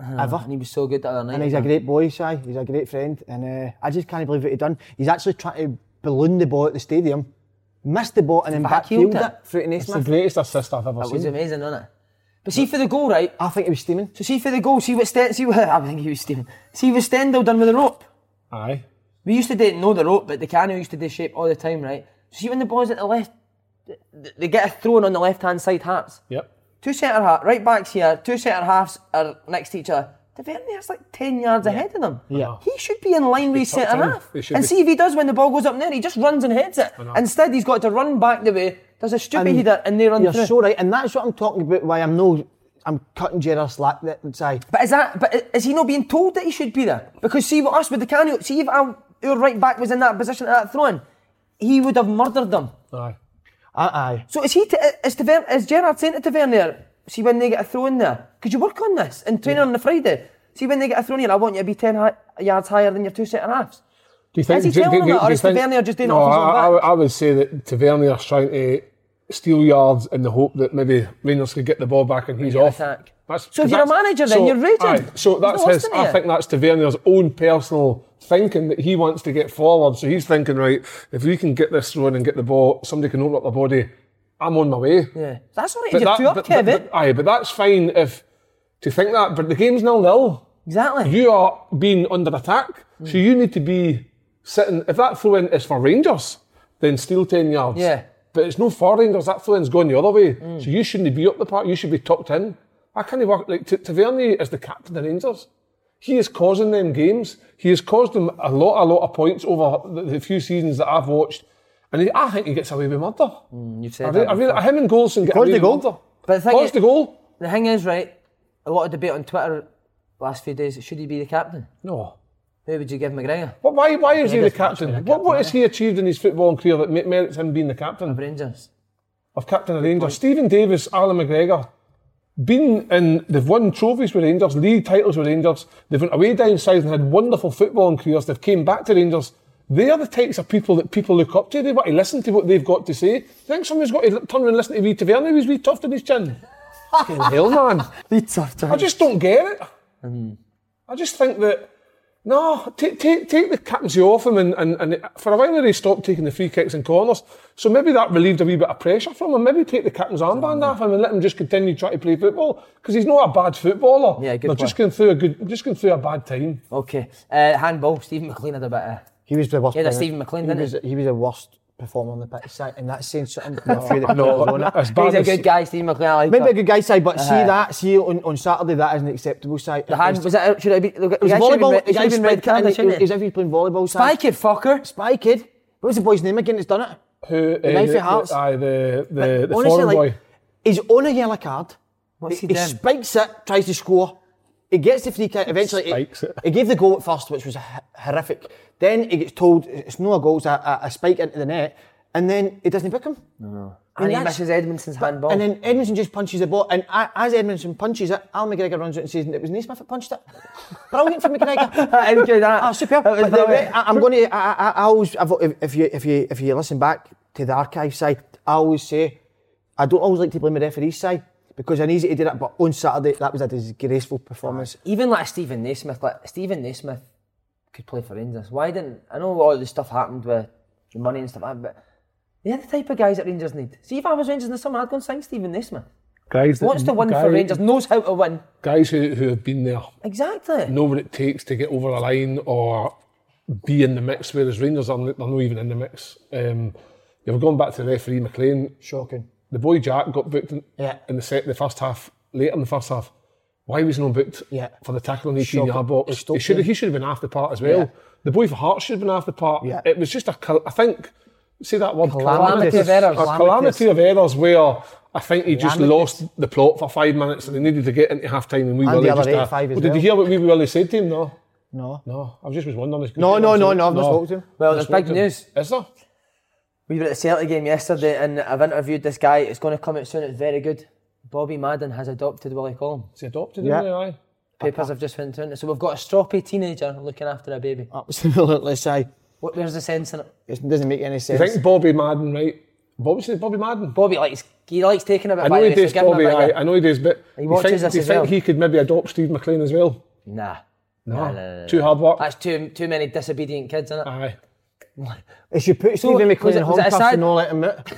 Speaker 2: Ever.
Speaker 1: and he was so good the other night.
Speaker 2: And he's a great boy, Si. He's a great friend. And uh, I just can't believe what he done. He's actually trying to balloon the ball at the stadium, missed the ball, and then
Speaker 1: Backheeled
Speaker 2: backheeled
Speaker 1: it.
Speaker 2: it through to
Speaker 3: It's the
Speaker 2: Naismith.
Speaker 3: greatest assist I've ever
Speaker 1: It was
Speaker 3: seen.
Speaker 1: amazing, wasn't it? But see for the goal, right?
Speaker 2: I think he was steaming.
Speaker 1: So see for the goal. See what Sten. See what I think he was steaming. See what Stendhal done with the rope.
Speaker 3: Aye.
Speaker 1: We used to do know the rope, but the cano used to do shape all the time, right? See when the ball's at the left, th- they get a thrown on the left hand side hearts.
Speaker 3: Yep.
Speaker 1: two centre half, right backs here, two centre halves are next to each other. Tavernier—that's like 10 yards ahead of them.
Speaker 2: Yeah.
Speaker 1: He should be in line with his
Speaker 3: tucked
Speaker 1: centre
Speaker 3: in.
Speaker 1: half.
Speaker 3: He should
Speaker 1: And
Speaker 3: be-
Speaker 1: see if he does when the ball goes up there, he just runs and heads it. Instead, he's got to run back the way, does a stupid
Speaker 2: And
Speaker 1: header, and they run
Speaker 2: You're
Speaker 1: through.
Speaker 2: so right. And that's what I'm talking about why I'm no. I'm cutting Gerard slack, that- Si.
Speaker 1: But is that? But i- is he not being told that he should be there? Because see what us with the Canio, see if our, our right back was in that position at that throw-in, he would have murdered them.
Speaker 3: Aye.
Speaker 2: Aye, aye.
Speaker 1: So is he? T- is Taver- is Gerard saying to Tavernier? See when they get a throw in there, could you work on this and train on the Friday? See when they get a throw in here, I want you to be ten hi- yards higher than your two centre halves.
Speaker 3: Do you think,
Speaker 1: Is he
Speaker 3: do you- do you-
Speaker 1: telling them
Speaker 3: do
Speaker 1: that, or
Speaker 3: you
Speaker 1: is
Speaker 3: think-
Speaker 1: Tavernier just doing it
Speaker 3: no,
Speaker 1: off his own
Speaker 3: I, I
Speaker 1: back?
Speaker 3: would- I would say that Tavernier's trying to steal yards in the hope that maybe Rangers could get the ball back and he's
Speaker 1: get
Speaker 3: off.
Speaker 1: attack.
Speaker 3: That's,
Speaker 1: So if
Speaker 3: 'cause
Speaker 1: you're a
Speaker 3: that's-
Speaker 1: manager then, you're raging.
Speaker 3: aye, so
Speaker 1: He's
Speaker 3: that's
Speaker 1: not
Speaker 3: his.
Speaker 1: listening to
Speaker 3: I
Speaker 1: you.
Speaker 3: think that's Tavernier's own personal thinking that he wants to get forward. So he's thinking, right, if we can get this thrown and get the ball, somebody can open up their body. I'm on my way.
Speaker 1: Yeah, that's all right.
Speaker 3: But
Speaker 1: You're
Speaker 3: that-
Speaker 1: two up,
Speaker 3: but- but-
Speaker 1: Kevin.
Speaker 3: but- aye, but that's fine if to think that. But the game's nil nil.
Speaker 1: exactly.
Speaker 3: You are being under attack, so you need to be sitting. If that throw in is for Rangers, then steal ten yards.
Speaker 1: Yeah. Mm.
Speaker 3: But it's no for Rangers. That throw in's going the other way, so you shouldn't be up the park. You should be tucked in. I can't work like Ta- Tavernier is the captain of Rangers. He is causing them games. He has caused them a lot, a lot of points over the, the few seasons that I've watched. And he, I think he gets away with murder.
Speaker 1: You've
Speaker 3: I
Speaker 1: said
Speaker 3: really,
Speaker 1: that.
Speaker 3: I
Speaker 1: before.
Speaker 3: really, him and Golson get
Speaker 2: Scored
Speaker 3: away
Speaker 2: the
Speaker 3: with
Speaker 2: goal.
Speaker 3: murder.
Speaker 1: But the thing
Speaker 3: What's
Speaker 1: is-
Speaker 3: the goal?
Speaker 1: The thing is, right, a lot of debate on Twitter last few days, should he be the captain?
Speaker 3: No.
Speaker 1: Who would you give McGregor?
Speaker 3: But why, why is he the
Speaker 2: doesn't actually
Speaker 3: captain?
Speaker 2: have a
Speaker 3: What, what
Speaker 2: captain,
Speaker 3: has he achieved in his football career that mer- merits him being the captain?
Speaker 1: Of Rangers.
Speaker 3: of Captain of Rangers. Stephen Davis, Alan McGregor, been in, they've won trophies with Rangers, league titles with Rangers, they've went away down south and had wonderful footballing careers, they've came back to Rangers. They are the types of people that people look up to. They want to listen to what they've got to say. Do you think someone's got to turn around and listen to Wee Taverna who's wee tuft in his chin? Fucking hell, man. I just don't get it.
Speaker 1: Mm-hmm.
Speaker 3: I just think that no, take take take the captaincy off him, and, and, and for a while they stopped taking the free kicks and corners. So maybe that relieved a wee bit of pressure from him. Maybe take the captain's armband off him and let him just continue trying to play football because he's not a bad footballer.
Speaker 1: Yeah, good
Speaker 3: They're just going through a good, just going through a bad time.
Speaker 1: Okay. Uh, handball, Stephen McLean had a bit of.
Speaker 2: He was the worst.
Speaker 1: Yeah, that's
Speaker 2: player.
Speaker 1: Stephen McLean,
Speaker 2: he
Speaker 1: didn't
Speaker 2: was,
Speaker 1: he?
Speaker 2: he was the worst performer on the pitch side, and that's saying something. no, no,
Speaker 3: as bad
Speaker 1: He's a
Speaker 3: as-
Speaker 1: good guy, Stephen McLean. I like
Speaker 2: Maybe
Speaker 1: that.
Speaker 2: a good guy side, but see that, see on, on Saturday, that is an acceptable side.
Speaker 1: Uh-huh. The hand,
Speaker 2: It
Speaker 1: was that, should I be, look, he
Speaker 2: was
Speaker 1: actually been
Speaker 2: volleyball.
Speaker 1: red-
Speaker 2: the
Speaker 1: he
Speaker 2: guy's
Speaker 1: should have
Speaker 2: been
Speaker 1: been
Speaker 2: red card.
Speaker 1: carded,
Speaker 2: It was
Speaker 1: shouldn't he?
Speaker 2: if he's playing volleyball. Side.
Speaker 1: Spy kid, fucker.
Speaker 2: Spy kid. What was the boy's name again that's done it?
Speaker 3: Who,
Speaker 2: The Knife
Speaker 3: the,
Speaker 2: of Hearts.
Speaker 3: aye, the the, the
Speaker 2: Honestly,
Speaker 3: foreign
Speaker 2: like,
Speaker 3: boy.
Speaker 2: He's on a yellow card.
Speaker 1: What's he
Speaker 2: he
Speaker 1: doing?
Speaker 2: spikes it, tries to score. He gets the free kick. Eventually, he-
Speaker 3: Spikes
Speaker 2: he,
Speaker 3: it.
Speaker 2: gave the goal at first, which was h- horrific. Then he gets told it's not a goal, it's a, a, a spike into the net, and then he doesn't pick him. No.
Speaker 1: And he misses Edmondson's handball.
Speaker 2: And then Edmondson just punches the ball, and a- as Edmondson punches it, Al McGregor runs out and says, "It was Naismith that punched it." Brilliant for McGregor.
Speaker 1: That is good, that.
Speaker 2: Ah, superb.
Speaker 1: That was
Speaker 2: But the
Speaker 1: brilliant.
Speaker 2: re- I, I'm going to. I, I, I always, I've, if if you if you if you listen back to the archive side, I always say, I don't always like to blame the referee's side because I easy to do that. But on Saturday, that was a disgraceful performance.
Speaker 1: Even like Stephen Naismith, like Stephen Naismith could play for Rangers. Why didn't I know all this stuff happened with the money and stuff? like that, But they're the type of guys that Rangers need. See, if I was Rangers in the summer, I'd go and sign Stephen Naismith.
Speaker 3: Guys that-
Speaker 1: Wants to win
Speaker 3: guy-
Speaker 1: for Rangers, knows how to win.
Speaker 3: Guys who, who have been there,
Speaker 1: Exactly.
Speaker 3: know what it takes to get over the line or be in the mix. Whereas Rangers are they're not even in the mix. Um, you were going back to the referee McLean.
Speaker 2: Shocking.
Speaker 3: the boy Jack got booked in,
Speaker 2: Yeah.
Speaker 3: in the set, the first half, later in the first half. Why was he not booked
Speaker 2: Yeah.
Speaker 3: for the tackle on the 18
Speaker 2: Shocking.
Speaker 3: yard
Speaker 2: It
Speaker 3: box?
Speaker 2: stopped
Speaker 3: He should,
Speaker 2: him.
Speaker 3: he should have been half the part as well.
Speaker 2: Yeah.
Speaker 3: The boy for Hearts should have been half the part.
Speaker 2: Yeah.
Speaker 3: It was just a, col- I think, say that word,
Speaker 2: Calamitous.
Speaker 3: calamitous-
Speaker 1: of errors.
Speaker 3: A calamity of errors where I think he just
Speaker 2: Calamitous.
Speaker 3: lost the plot for five minutes and they needed to get into half time and we
Speaker 2: And
Speaker 3: Willie
Speaker 2: the other
Speaker 3: just a-
Speaker 2: 85 as
Speaker 3: well, Did you
Speaker 2: well.
Speaker 3: hear what we Willie said to him? No.
Speaker 2: No.
Speaker 3: No, I was just was wondering.
Speaker 2: No, no, no, no, I've not spoken to him.
Speaker 1: Well,
Speaker 3: Not
Speaker 1: there's
Speaker 3: spoken
Speaker 1: big
Speaker 3: to him.
Speaker 1: news.
Speaker 3: Is there?
Speaker 1: We were at the Celtic game yesterday, and I've interviewed this guy. It's going to come out soon. It's very good. Bobby Madden has adopted Willie Collum.
Speaker 3: Is he adopted?
Speaker 2: Yeah.
Speaker 3: Yeah. Aye.
Speaker 1: Papers have just been turned. So we've got a stroppy teenager looking after a baby.
Speaker 2: Absolutely, say
Speaker 1: What, where's the sense in it?
Speaker 2: it doesn't make any
Speaker 3: I
Speaker 2: sense.
Speaker 3: think Bobby Madden, right? What was it, Bobby Madden?
Speaker 1: Bobby likes he likes taking a bit.
Speaker 3: I know
Speaker 1: by
Speaker 3: he
Speaker 1: this, so
Speaker 3: does,
Speaker 1: give him a
Speaker 3: Bobby.
Speaker 1: bit of
Speaker 3: I,
Speaker 1: that.
Speaker 3: I know he does, but
Speaker 1: He
Speaker 3: you
Speaker 1: watches
Speaker 3: think,
Speaker 1: us
Speaker 3: do you
Speaker 1: as
Speaker 3: think
Speaker 1: well.
Speaker 3: he could maybe adopt Steve McLean as well?
Speaker 1: Nah.
Speaker 3: No,
Speaker 1: no, no,
Speaker 3: too hard work.
Speaker 1: That's too too many disobedient kids, isn't it?
Speaker 3: Aye,
Speaker 2: They should put
Speaker 1: So, was
Speaker 2: Stephen McLean
Speaker 1: it-
Speaker 2: in
Speaker 1: was it a
Speaker 2: handcuffs
Speaker 1: side-
Speaker 2: and not let him out.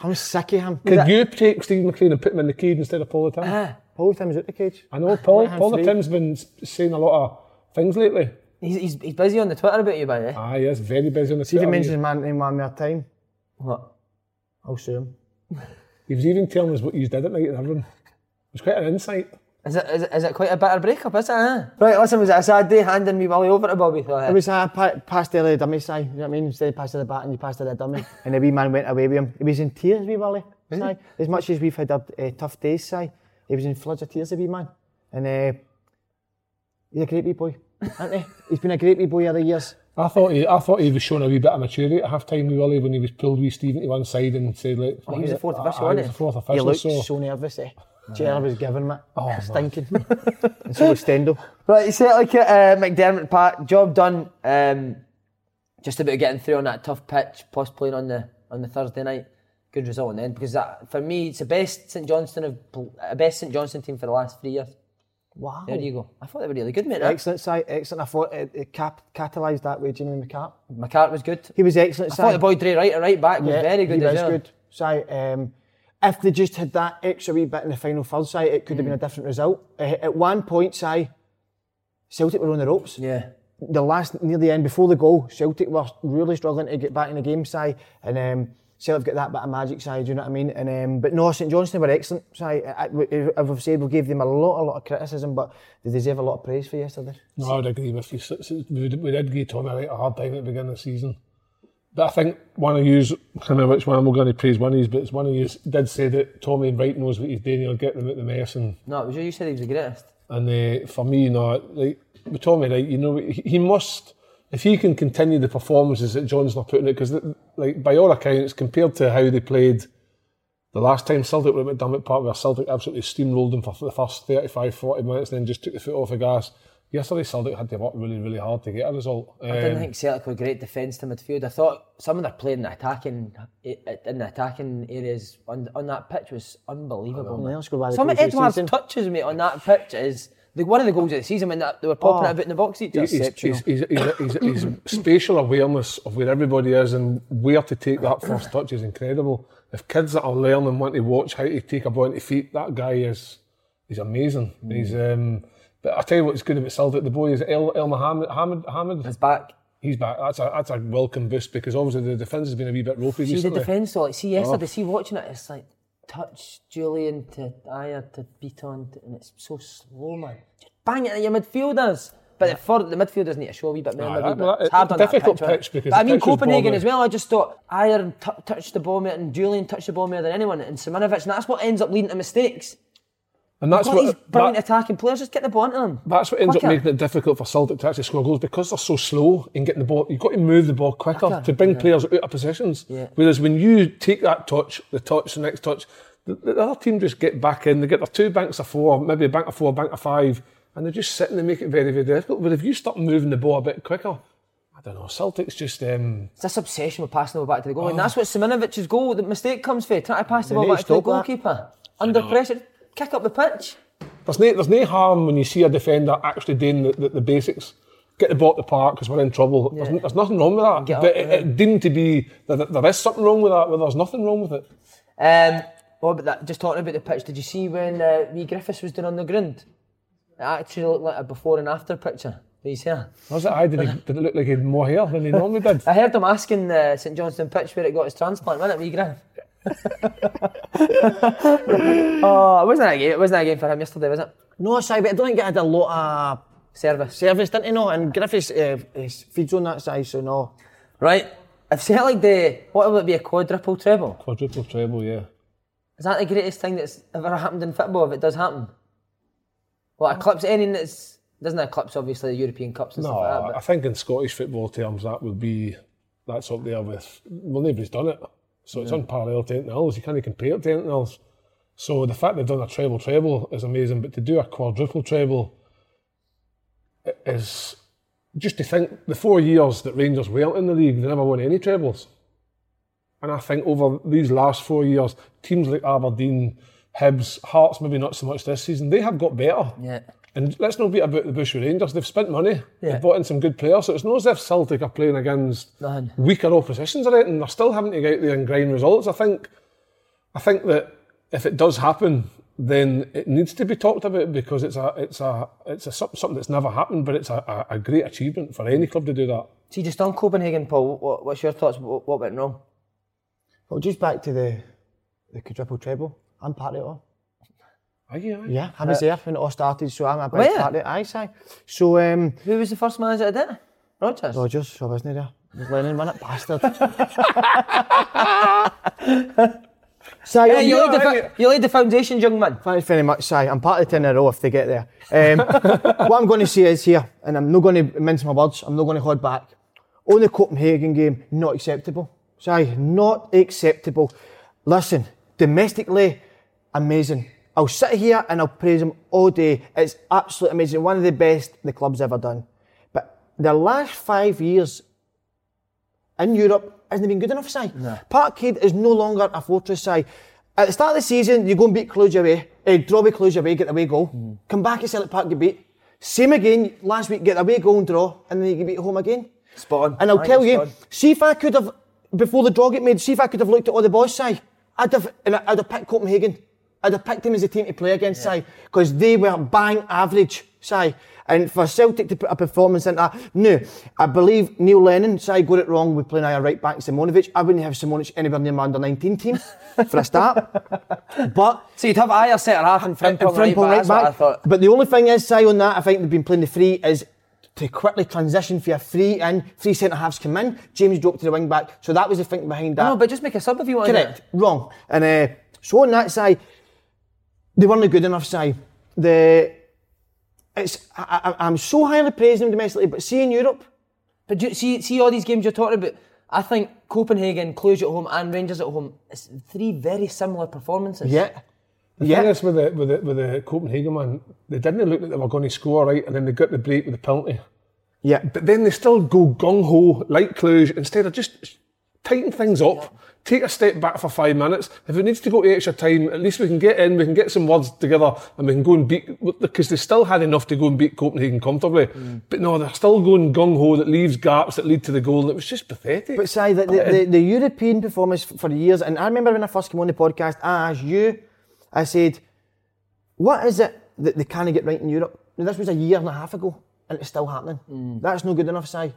Speaker 2: I'm sick of him.
Speaker 3: could you take Steve McLean and put him in the cage instead of Paul Tim?
Speaker 1: Ah,
Speaker 2: Paul Tim's out the cage.
Speaker 3: I know Paul.
Speaker 2: let him
Speaker 3: Paul
Speaker 2: free.
Speaker 3: Tim's been s- saying a lot of things lately.
Speaker 1: He's, he's, he's busy on the Twitter about you, by the way.
Speaker 3: Aye, he is very busy on the
Speaker 2: Stephen
Speaker 3: Twitter.
Speaker 2: mentions man name one more time.
Speaker 1: What?
Speaker 2: I'll sue him.
Speaker 3: He was even telling us what you did at night and everything. It was quite an insight.
Speaker 1: Is it, is it, is it quite a bitter breakup, is it? eh? Right, listen, was it a sad day handing me Willie over to Bobby?
Speaker 2: It was uh, pa- passed the other dummy side. You know what I mean? Instead of passing the baton, you passed the other dummy. and the wee man went away with him. He was in tears, wee Wally. Si. As much as we've had our uh, tough days, si. He was in floods of tears, the wee man. And uh, he's a great wee boy, isn't he? He's been a great wee boy other years.
Speaker 3: I thought he, I thought he was showing a wee bit of maturity at half time with Willie when he was pulled with Stephen to one side and said, like,
Speaker 1: Oh, he was the fourth
Speaker 3: Aye,
Speaker 1: official, wasn't
Speaker 3: he was
Speaker 1: he?
Speaker 3: the fourth
Speaker 2: He
Speaker 3: official.
Speaker 2: looked
Speaker 3: So,
Speaker 2: so, nervous, eh? Gerard was giving me
Speaker 1: Oh.
Speaker 3: man.
Speaker 2: stinking. and so was Stendo.
Speaker 1: Right, you like at uh, McDermott Park, job done. Um, just about getting through on that tough pitch, plus playing on the on the Thursday night. Good result in the end because that, for me it's the best St Johnston of pl- uh, best St Johnston team for the last three years.
Speaker 2: Wow.
Speaker 1: There you go. I thought they were really good, mate. Excellent.
Speaker 2: Oh. Excellent, si. Excellent. I thought it, it cap- catalysed that with Jimmy McCart.
Speaker 1: McCart was good.
Speaker 2: He was excellent,
Speaker 1: I
Speaker 2: si.
Speaker 1: thought the boy Dre right at right back was very good
Speaker 2: He
Speaker 1: as
Speaker 2: was
Speaker 1: well.
Speaker 2: good. Si, um, if they just had that extra wee bit in the final third, si, it could have
Speaker 1: Hmm.
Speaker 2: been a different result. Uh, at one point, si, Celtic were on the ropes.
Speaker 1: Yeah.
Speaker 2: The last near the end before the goal, Celtic were really struggling to get back in the game, si, and um, Celtic got that bit of magic, si. Do you know what I mean? And um, but no, St Johnston were excellent, si. I- I- we- As I've said, we gave them a lot, a lot of criticism, but they deserve a lot of praise for yesterday.
Speaker 3: no, I would agree with you. So- so We did we did give Tommy right a hard time at the beginning of the season. But I think one of yous, I can't remember which one I'm going to praise one of yous, but it's one of yous did say that Tommy Wright knows what he's doing, he'll get them out of the mess. And,
Speaker 1: No, it was you. You said he was the greatest.
Speaker 3: and uh, for me, you know, like, with Tommy Wright, you know, he, he must, if he can continue the performances that John's not putting it, because like, by all accounts, compared to how they played the last time Celtic were at McDermott Park, where Celtic absolutely steamrolled them for the first 35, 40 minutes and then just took the foot off the gas. Yesterday, Celtic had to work really, really hard to get a result.
Speaker 1: I didn't
Speaker 3: Um,
Speaker 1: think Celtic were great defence to midfield. I thought some of their play in the attacking in the attacking areas on, on that pitch was unbelievable.
Speaker 2: Well,
Speaker 1: mate.
Speaker 2: let's go by the
Speaker 1: Some of
Speaker 2: goals this
Speaker 1: Edward's
Speaker 2: season.
Speaker 1: touches, mate, on that pitch is the, one of the goals of the season when that, they were popping
Speaker 2: Oh.
Speaker 1: it about in the box. Each
Speaker 3: He's, he's, he's, he's- he's- his spatial awareness of where everybody is and where to take that first touch is incredible. If kids that are learning want to watch how to take a ball into feet, that guy is he's amazing.
Speaker 1: Mm.
Speaker 3: He's um, but I tell you what's good about Celtic, the boy is El El Mohammed Hamid, Hamid.
Speaker 1: His back.
Speaker 3: He's back. That's a that's a welcome boost because obviously the defence has been a wee bit ropey
Speaker 1: See the
Speaker 3: recently.
Speaker 1: defence though. Like, see
Speaker 3: Oh.
Speaker 1: yesterday, see watching it, it's like touch Julian to Ayer to Beaton, to- and it's so slow, man. Just bang it at your midfielders. But the, fir- the midfielders need to show a wee bit more.
Speaker 3: Aye,
Speaker 1: maybe,
Speaker 3: that-
Speaker 1: but
Speaker 3: well,
Speaker 1: it's
Speaker 3: it-
Speaker 1: hard on
Speaker 3: difficult
Speaker 1: that pitch, wasn't it?
Speaker 3: pitch because
Speaker 1: But I
Speaker 3: the
Speaker 1: mean
Speaker 3: pitch was
Speaker 1: Copenhagen
Speaker 3: bombing.
Speaker 1: as well. I just thought Ayer t- touched the ball more and Julian touched the ball more than anyone, and Simonovic, and that's what ends up leading to mistakes.
Speaker 3: and that's
Speaker 1: All these
Speaker 3: what
Speaker 1: brilliant
Speaker 3: that-
Speaker 1: attacking players just get the ball into them.
Speaker 3: That's what ends up
Speaker 1: Quicker.
Speaker 3: making it difficult for Celtic to actually score goals because they're so slow in getting the ball. You've got to move the ball quicker
Speaker 1: Quicker,
Speaker 3: to bring
Speaker 1: yeah.
Speaker 3: players out of positions.
Speaker 1: Yeah.
Speaker 3: Whereas when you take that touch, the touch, the next touch, the, the other team just get back in. They get their two banks of four, maybe a bank of four, bank of five, and they're just sitting and make it very, very difficult. But if you start moving the ball a bit quicker, I don't know. Celtic's just um,
Speaker 1: It's this obsession with passing the ball back to the goal, and that's what Simonovic's goal, the mistake comes for, trying to pass the
Speaker 2: Oh. They
Speaker 1: ball
Speaker 2: need to
Speaker 1: back to the
Speaker 2: stop that.
Speaker 1: goalkeeper under pressure, kick up the pitch.
Speaker 3: there's no there's no harm when you see a defender actually doing the, the, the basics. Get the ball at the park because we're in trouble. There's,
Speaker 1: Yeah.
Speaker 3: n- there's nothing wrong with that.
Speaker 1: Get up
Speaker 3: but
Speaker 1: with
Speaker 3: it, it deemed to be that there is something wrong with that, but there's nothing wrong with it.
Speaker 1: Um, what about that? Just talking about the pitch. Did you see when uh, Wee Griffiths was doing on the ground? It actually looked like a before and after picture. He's here.
Speaker 3: Was it? I did. It, did it look like he had more hair than he normally did?
Speaker 1: I heard him asking uh, St Johnston pitch where it got his transplant. Wasn't it Wee Griff? oh, it wasn't a game. It wasn't a game for him yesterday, was it?
Speaker 2: No, sorry, but I don't think I had a lot of
Speaker 1: Service.
Speaker 2: service, didn't he? No, and Griffiths uh, his feeds on that side, so no.
Speaker 1: Right. I've said like the what would it be a quadruple treble?
Speaker 3: Quadruple treble, yeah.
Speaker 1: Is that the greatest thing that's ever happened in football if it does happen? Well, eclipse anything that's doesn't eclipse obviously the European Cups and
Speaker 3: No,
Speaker 1: stuff like that. But
Speaker 3: I think in Scottish football terms that would be that's up there with well nobody's done it, so it's unparalleled to anything else. You can't compare it to anything else. So the fact they've done a treble treble is amazing, but to do a quadruple treble i- is just to think the four years that Rangers weren't in the league, they never won any trebles. And I think over these last four years, teams like Aberdeen, Hibs, Hearts, maybe not so much this season, they have got better.
Speaker 1: Yeah.
Speaker 3: And let's not beat about the bush with Rangers. They've spent money.
Speaker 1: Yeah.
Speaker 3: They've bought in some good players. So it's not as if Celtic are playing against
Speaker 1: None.
Speaker 3: weaker oppositions or anything. They're still having to get out there and grind results. I think I think that if it does happen, then it needs to be talked about because it's a it's a it's a som- something that's never happened, but it's a, a, a great achievement for any club to do that.
Speaker 1: See, just on Copenhagen, Paul, what, what's your thoughts? What, what went wrong?
Speaker 2: Well, just back to the the quadruple treble. I'm part of it all.
Speaker 3: Aye, aye.
Speaker 2: Yeah, I was there when it all started, so I'm a big
Speaker 1: Were you?
Speaker 2: part of it. Aye, aye. So, um,
Speaker 1: Who was the first manager that did it? Rogers.
Speaker 2: Rogers, so I wasn't there. It was Lennon, wasn't it? Bastard. Sorry,
Speaker 1: Yeah,
Speaker 2: I'm-
Speaker 1: you, laid the, fo- you laid the foundations, young man.
Speaker 2: Thanks very much, Si. I'm part of the 10 in a row if they get there. Um, what I'm going to say is here, and I'm not going to mince my words, I'm not going to hold back. On the Copenhagen game, not acceptable. Si, not acceptable. Listen, domestically, amazing. I'll sit here and I'll praise him all day. It's absolutely amazing. One of the best the club's ever done. But the last five years in Europe hasn't been good enough, Si. Parkhead is no longer a fortress, Si. At the start of the season, you go and beat Cluj away, eh, draw with Cluj away, get the away goal. Come back at Celtic Park, get beat. Same again last week, get the away goal and draw, and then you get beat home again.
Speaker 1: Spot on.
Speaker 2: And I'll
Speaker 1: Aye,
Speaker 2: tell you,
Speaker 1: spot on.
Speaker 2: see if I could have, before the draw get made, see if I could have looked at all the boys, Si. I'd have, and I'd have picked Copenhagen. I'd have picked them as a team to play against, Si, because they were bang average, Si. And for Celtic to put a performance in that, no, I believe Neil Lennon, Si, got it wrong with playing our right back Simonovic. I wouldn't have Simonovic anywhere near my under 19 team for a start. but
Speaker 1: So you'd have Ayer centre half and Frimpong,
Speaker 2: and Frimpong
Speaker 1: right back. That's what I thought.
Speaker 2: But the only thing is, Si, on that, I think they've been playing the three is to quickly transition for a free in, three centre halves come in, James dropped to the wing back. So that was the thinking behind that.
Speaker 1: No, but just make a sub if you want.
Speaker 2: Correct. Wrong. And uh, so on that side, they weren't good enough side. The it's I, I, I'm so highly praising them domestically, but see in Europe,
Speaker 1: But do you, see, see all these games you're talking about. I think Copenhagen, Cluj at home, and Rangers at home. It's three very similar performances.
Speaker 2: yeah,
Speaker 3: Yeah.
Speaker 2: yeah,
Speaker 3: Thing is with the, with the with the Copenhagen man, they didn't look like they were going to score right, and then they got the break with the penalty.
Speaker 2: yeah.
Speaker 3: But then they still go gung ho like Cluj instead of just tighten things up. Take a step back for five minutes. If it needs to go to extra time, at least we can get in, we can get some words together, and we can go and beat. Because they still had enough to go and beat Copenhagen comfortably. But no, they're still going gung ho that leaves gaps that lead to the goal, and it was just pathetic.
Speaker 2: But say the, the, the, the European performance f- for years, and I remember when I first came on the podcast, I asked you, I said, what is it that they can't get right in Europe? Now, this was a year and a half ago, and it's still hhappening. That's no good enough, say.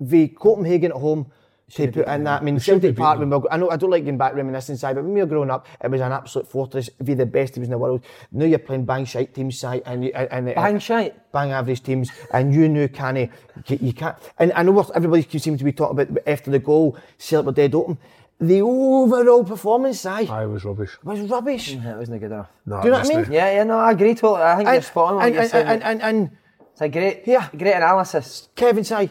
Speaker 2: The Copenhagen at home, they put in that. I mean, Celtic Park, when we were, I know I don't like going back reminiscing side, but when we were growing up, it was an absolute fortress. Be the best teams in the world. Now you're playing bang shite teams, side, and you, and, and
Speaker 1: Bang shite.
Speaker 2: bang average teams, and you knew canny, you can't. And I know what everybody keeps seeming to be talking about after the goal, Celtic were dead open. The overall performance, aye,
Speaker 3: I was rubbish.
Speaker 2: was rubbish.
Speaker 1: That wasn't good enough.
Speaker 3: No,
Speaker 2: Do you know what I
Speaker 3: honestly.
Speaker 2: mean?
Speaker 1: Yeah, yeah, no, I agree totally. I think you're
Speaker 2: And,
Speaker 1: spot on. what
Speaker 2: and,
Speaker 1: you're
Speaker 2: and,
Speaker 1: saying.
Speaker 2: and, and, and
Speaker 1: it's a great,
Speaker 2: Yeah.
Speaker 1: great analysis.
Speaker 2: Kevin say,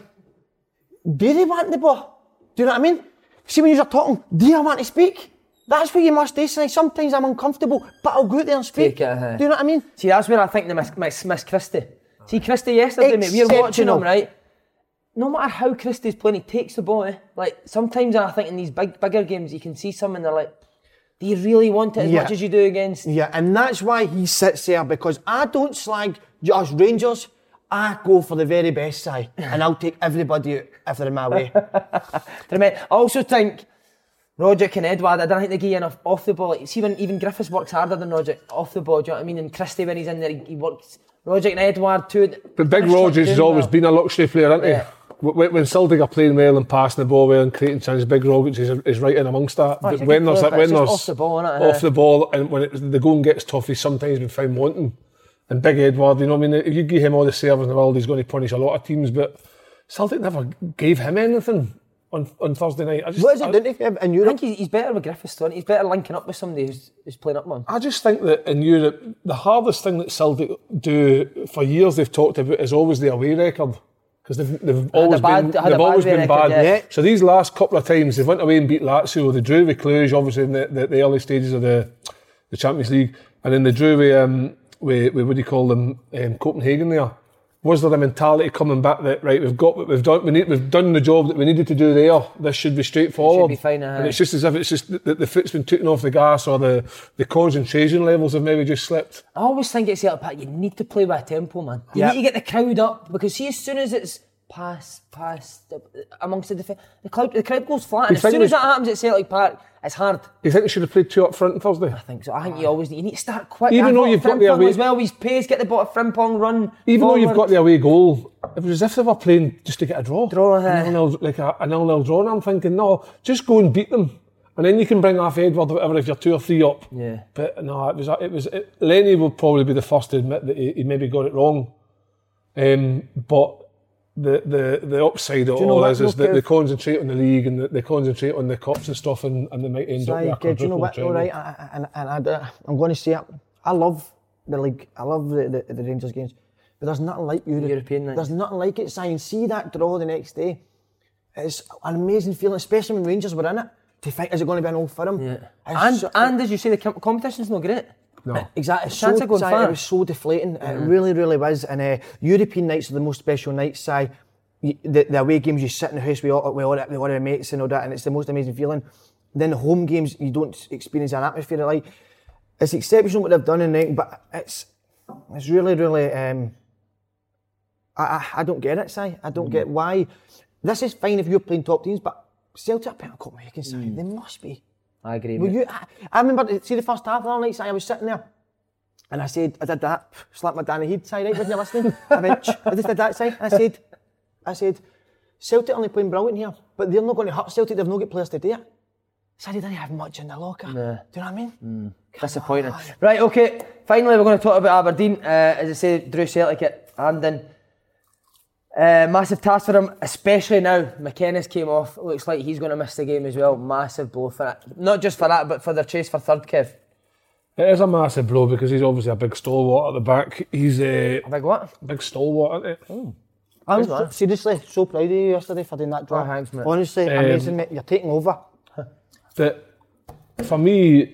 Speaker 2: do they want the ball? Do you know what I mean? See when you're talking, do I want to speak? That's what you must do. Say. Sometimes I'm uncomfortable, but I'll go out there and speak.
Speaker 1: Take it, uh-huh. aye.
Speaker 2: Do you know what I mean?
Speaker 1: See, that's where I think they miss, miss, miss Christie. See, Christie yesterday, mate, we were watching
Speaker 2: Exceptional.
Speaker 1: him, right? No matter how Christie's playing, he takes the ball. eh? Like, sometimes I think in these big, bigger games, you can see some and they're like, do you really want it as
Speaker 2: Yeah.
Speaker 1: much as you do against?
Speaker 2: Yeah, and that's why he sits there because I don't slag us Rangers. I go for the very best side, and I'll take everybody out if they're in my way.
Speaker 1: To me, I also think Roger and Edward, I don't think they give you enough off the ball. Like, see, when even Griffiths works harder than Roger off the ball, do you know what I mean? And Christie, when he's in there, he, he works. Roger and Edward, too.
Speaker 3: But Big
Speaker 1: They're
Speaker 3: Rogers has
Speaker 1: doing
Speaker 3: always
Speaker 1: well.
Speaker 3: been a luxury player, hasn't
Speaker 1: Yeah.
Speaker 3: he? When, when Celtic are playing well and passing the ball well and creating chances, Big Rogers is, is right in amongst that.
Speaker 1: Oh, he's a
Speaker 3: but when
Speaker 1: good
Speaker 3: there's
Speaker 1: player,
Speaker 3: that,
Speaker 1: but
Speaker 3: when
Speaker 1: it's just
Speaker 3: there's
Speaker 1: off the ball, innit,
Speaker 3: off
Speaker 1: yeah.
Speaker 3: the ball and when it, the going gets tough, he's sometimes been found wanting. And Big Edward, you know, what I mean, if you give him all the service in the world, he's going to punish a lot of teams. But Celtic never gave him anything on on Thursday night. I just,
Speaker 2: what is
Speaker 3: I-
Speaker 2: it, didn't he? In
Speaker 1: I think
Speaker 2: Europe,
Speaker 1: he's, he's better with Griffiths, though. isn't he? He's better linking up with somebody who's, who's playing up with him.
Speaker 3: I just think that in Europe, the hardest thing that Celtic do for years they've talked about is always the away record because they've, they've always
Speaker 1: bad-
Speaker 3: been
Speaker 1: had a
Speaker 3: they've
Speaker 1: bad
Speaker 3: always
Speaker 1: away
Speaker 3: been
Speaker 1: record,
Speaker 3: bad.
Speaker 1: yeah. Yeah.
Speaker 3: So these last couple of times they went away and beat Lazio, they drew with Cluj, obviously in the, the, the early stages of the, the Champions League, and then they drew with, um, with, with what do you call them, um, Copenhagen there. Was there a mentality coming back that right we've got what we've done we need, we've done the job that we needed to do there this should be straightforward
Speaker 1: be fine, uh-huh. aye.
Speaker 3: and it's just as if it's just the, the, the foot's been taken off the gas or the, the concentration levels have maybe just slipped.
Speaker 1: I always think it's the other part. You need to play by tempo, man. You
Speaker 2: Yeah.
Speaker 1: need to get the crowd up because see, as soon as it's pass, pass uh, amongst the defence, the crowd, the crowd goes flat. And
Speaker 3: You
Speaker 1: as
Speaker 3: think
Speaker 1: soon as
Speaker 3: we-
Speaker 1: that happens at Celtic Park, it's hard.
Speaker 3: Do you think they should have played two up front on Thursday?
Speaker 1: I think so. I think you always need, you need to start quick.
Speaker 3: Even
Speaker 1: I've
Speaker 3: though
Speaker 1: got
Speaker 3: you've got the
Speaker 1: Frimpong
Speaker 3: away-
Speaker 1: as well, he's pace, get the ball, Frimpong run.
Speaker 3: Even though you've
Speaker 1: forward.
Speaker 3: got the away goal, it was as if they were playing just to get a draw.
Speaker 1: Draw, aye.
Speaker 3: a nil-nil, like a, a nil-nil draw. And I'm thinking, no, just go and beat them. And then you can bring off Edward or whatever if you're two or three up.
Speaker 1: Yeah.
Speaker 3: But no, it was, it was it, Lenny will probably be the first to admit that he, he maybe got it wrong. Um, but the, the, the upside of
Speaker 2: you know
Speaker 3: all
Speaker 2: what,
Speaker 3: is, is
Speaker 2: though,
Speaker 3: that they
Speaker 2: Kev?
Speaker 3: concentrate on the league and they concentrate on the cups and stuff and, and they might end up
Speaker 2: Aye,
Speaker 3: with a
Speaker 2: kid, you know
Speaker 3: quadruple
Speaker 2: what? All right,
Speaker 3: treble.
Speaker 2: I, I- and and I, I'm going to say it. I love the league. I love the, the, the Rangers games, but there's nothing like Europe.
Speaker 1: European nights.
Speaker 2: There's nothing like it. Si, and see that draw the next day. It's an amazing feeling, especially when Rangers were in it. To think, is it going to be an old firm?
Speaker 1: Yeah. And, and as you say, the com- competition's not great.
Speaker 3: No.
Speaker 2: Exactly. It's
Speaker 1: Chance
Speaker 2: so,
Speaker 1: of going
Speaker 2: Si,
Speaker 1: far.
Speaker 2: Uh, It was Mm-hmm. so deflating. It really, really was. And uh, European nights are the most special nights. Si. You- The, the away games, you sit in the house with all, with, all, with all our mates and all that, and it's the most amazing feeling. Then the home games, you don't experience an atmosphere like. It's exceptional what they've done and everything, but it's it's really, really. Um, I, I I don't get it, Si. I don't get why. This is fine if you're playing top teams, but Celtic are playing Copenhagen, Si. They must be.
Speaker 1: I agree.
Speaker 2: Were
Speaker 1: mate.
Speaker 2: you? I, I remember. See the first half of the night. Si, I was sitting there, and I said, I did that. Slapped my Danny Heed side right. Wasn't you listening? I went. "Shh," I just did that side. I said, I said, Celtic only playing brilliant here, but they're not going to hurt Celtic. They've not got players to do it. So they didn't have much in the locker. Do you know what I mean?
Speaker 1: Disappointing. Right, okay. Finally, we're going to talk about Aberdeen. Uh, as I say, Drew Celtic at Andon. Uh, massive task for him, especially now. McKenna's came off. Looks like he's going to miss the game as well. Massive blow for that. Not just for that, but for their chase for third, Kev.
Speaker 3: It is a massive blow because he's obviously a big stalwart at the back. He's uh, a
Speaker 1: Like what?
Speaker 3: big stalwart, isn't
Speaker 2: Oh.
Speaker 3: he?
Speaker 2: I'm so, seriously so proud of you yesterday for doing that draw.
Speaker 1: Oh, thanks, mate.
Speaker 2: Honestly,
Speaker 3: Um,
Speaker 2: amazing, mate. You're taking over.
Speaker 3: But for me,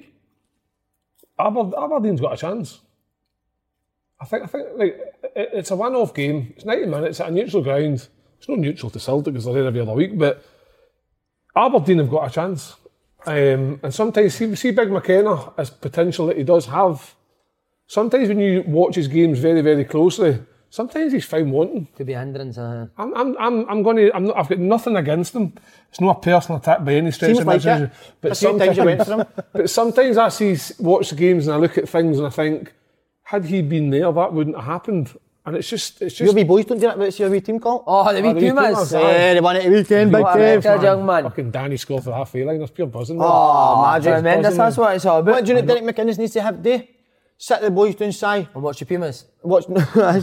Speaker 3: Aber- Aberdeen's got a chance. I think I think like it, it's a one-off game. It's 90 minutes at a neutral ground. It's no neutral to Celtic because they're there every other week, but Aberdeen have got a chance. Um, and sometimes see, see Big McKenna as potential that he does have. Sometimes when you watch his games very very closely, sometimes he's found wanting.
Speaker 1: Could be a hindrance. Uh,
Speaker 3: I'm, I'm, I'm, I'm going to. I'm not, I've got nothing against him. It's not a personal attack by any stretch
Speaker 2: Seems
Speaker 3: of
Speaker 2: like it.
Speaker 3: imagination. But
Speaker 2: That's the only time you went
Speaker 3: sometimes, but sometimes I see, watch the games and I look at things and I think, had he been there, that wouldn't have happened. And it's just, it's
Speaker 2: Your
Speaker 3: just
Speaker 2: wee boys don't do that, but it's your wee team call.
Speaker 1: oh, the wee
Speaker 3: the wee
Speaker 1: Pumas. eh?
Speaker 3: Pumas,
Speaker 2: yeah, they won it at the weekend, big
Speaker 1: What a
Speaker 2: Kev.
Speaker 1: record, young man.
Speaker 3: fucking Danny score for that feeling. That's pure buzzing.
Speaker 2: Oh, magic.
Speaker 1: Tremendous. That's what it's all about.
Speaker 2: What do you know Derek McInnes needs to have day? Sit the boys doing sigh,
Speaker 1: And watch the Pumas.
Speaker 2: watch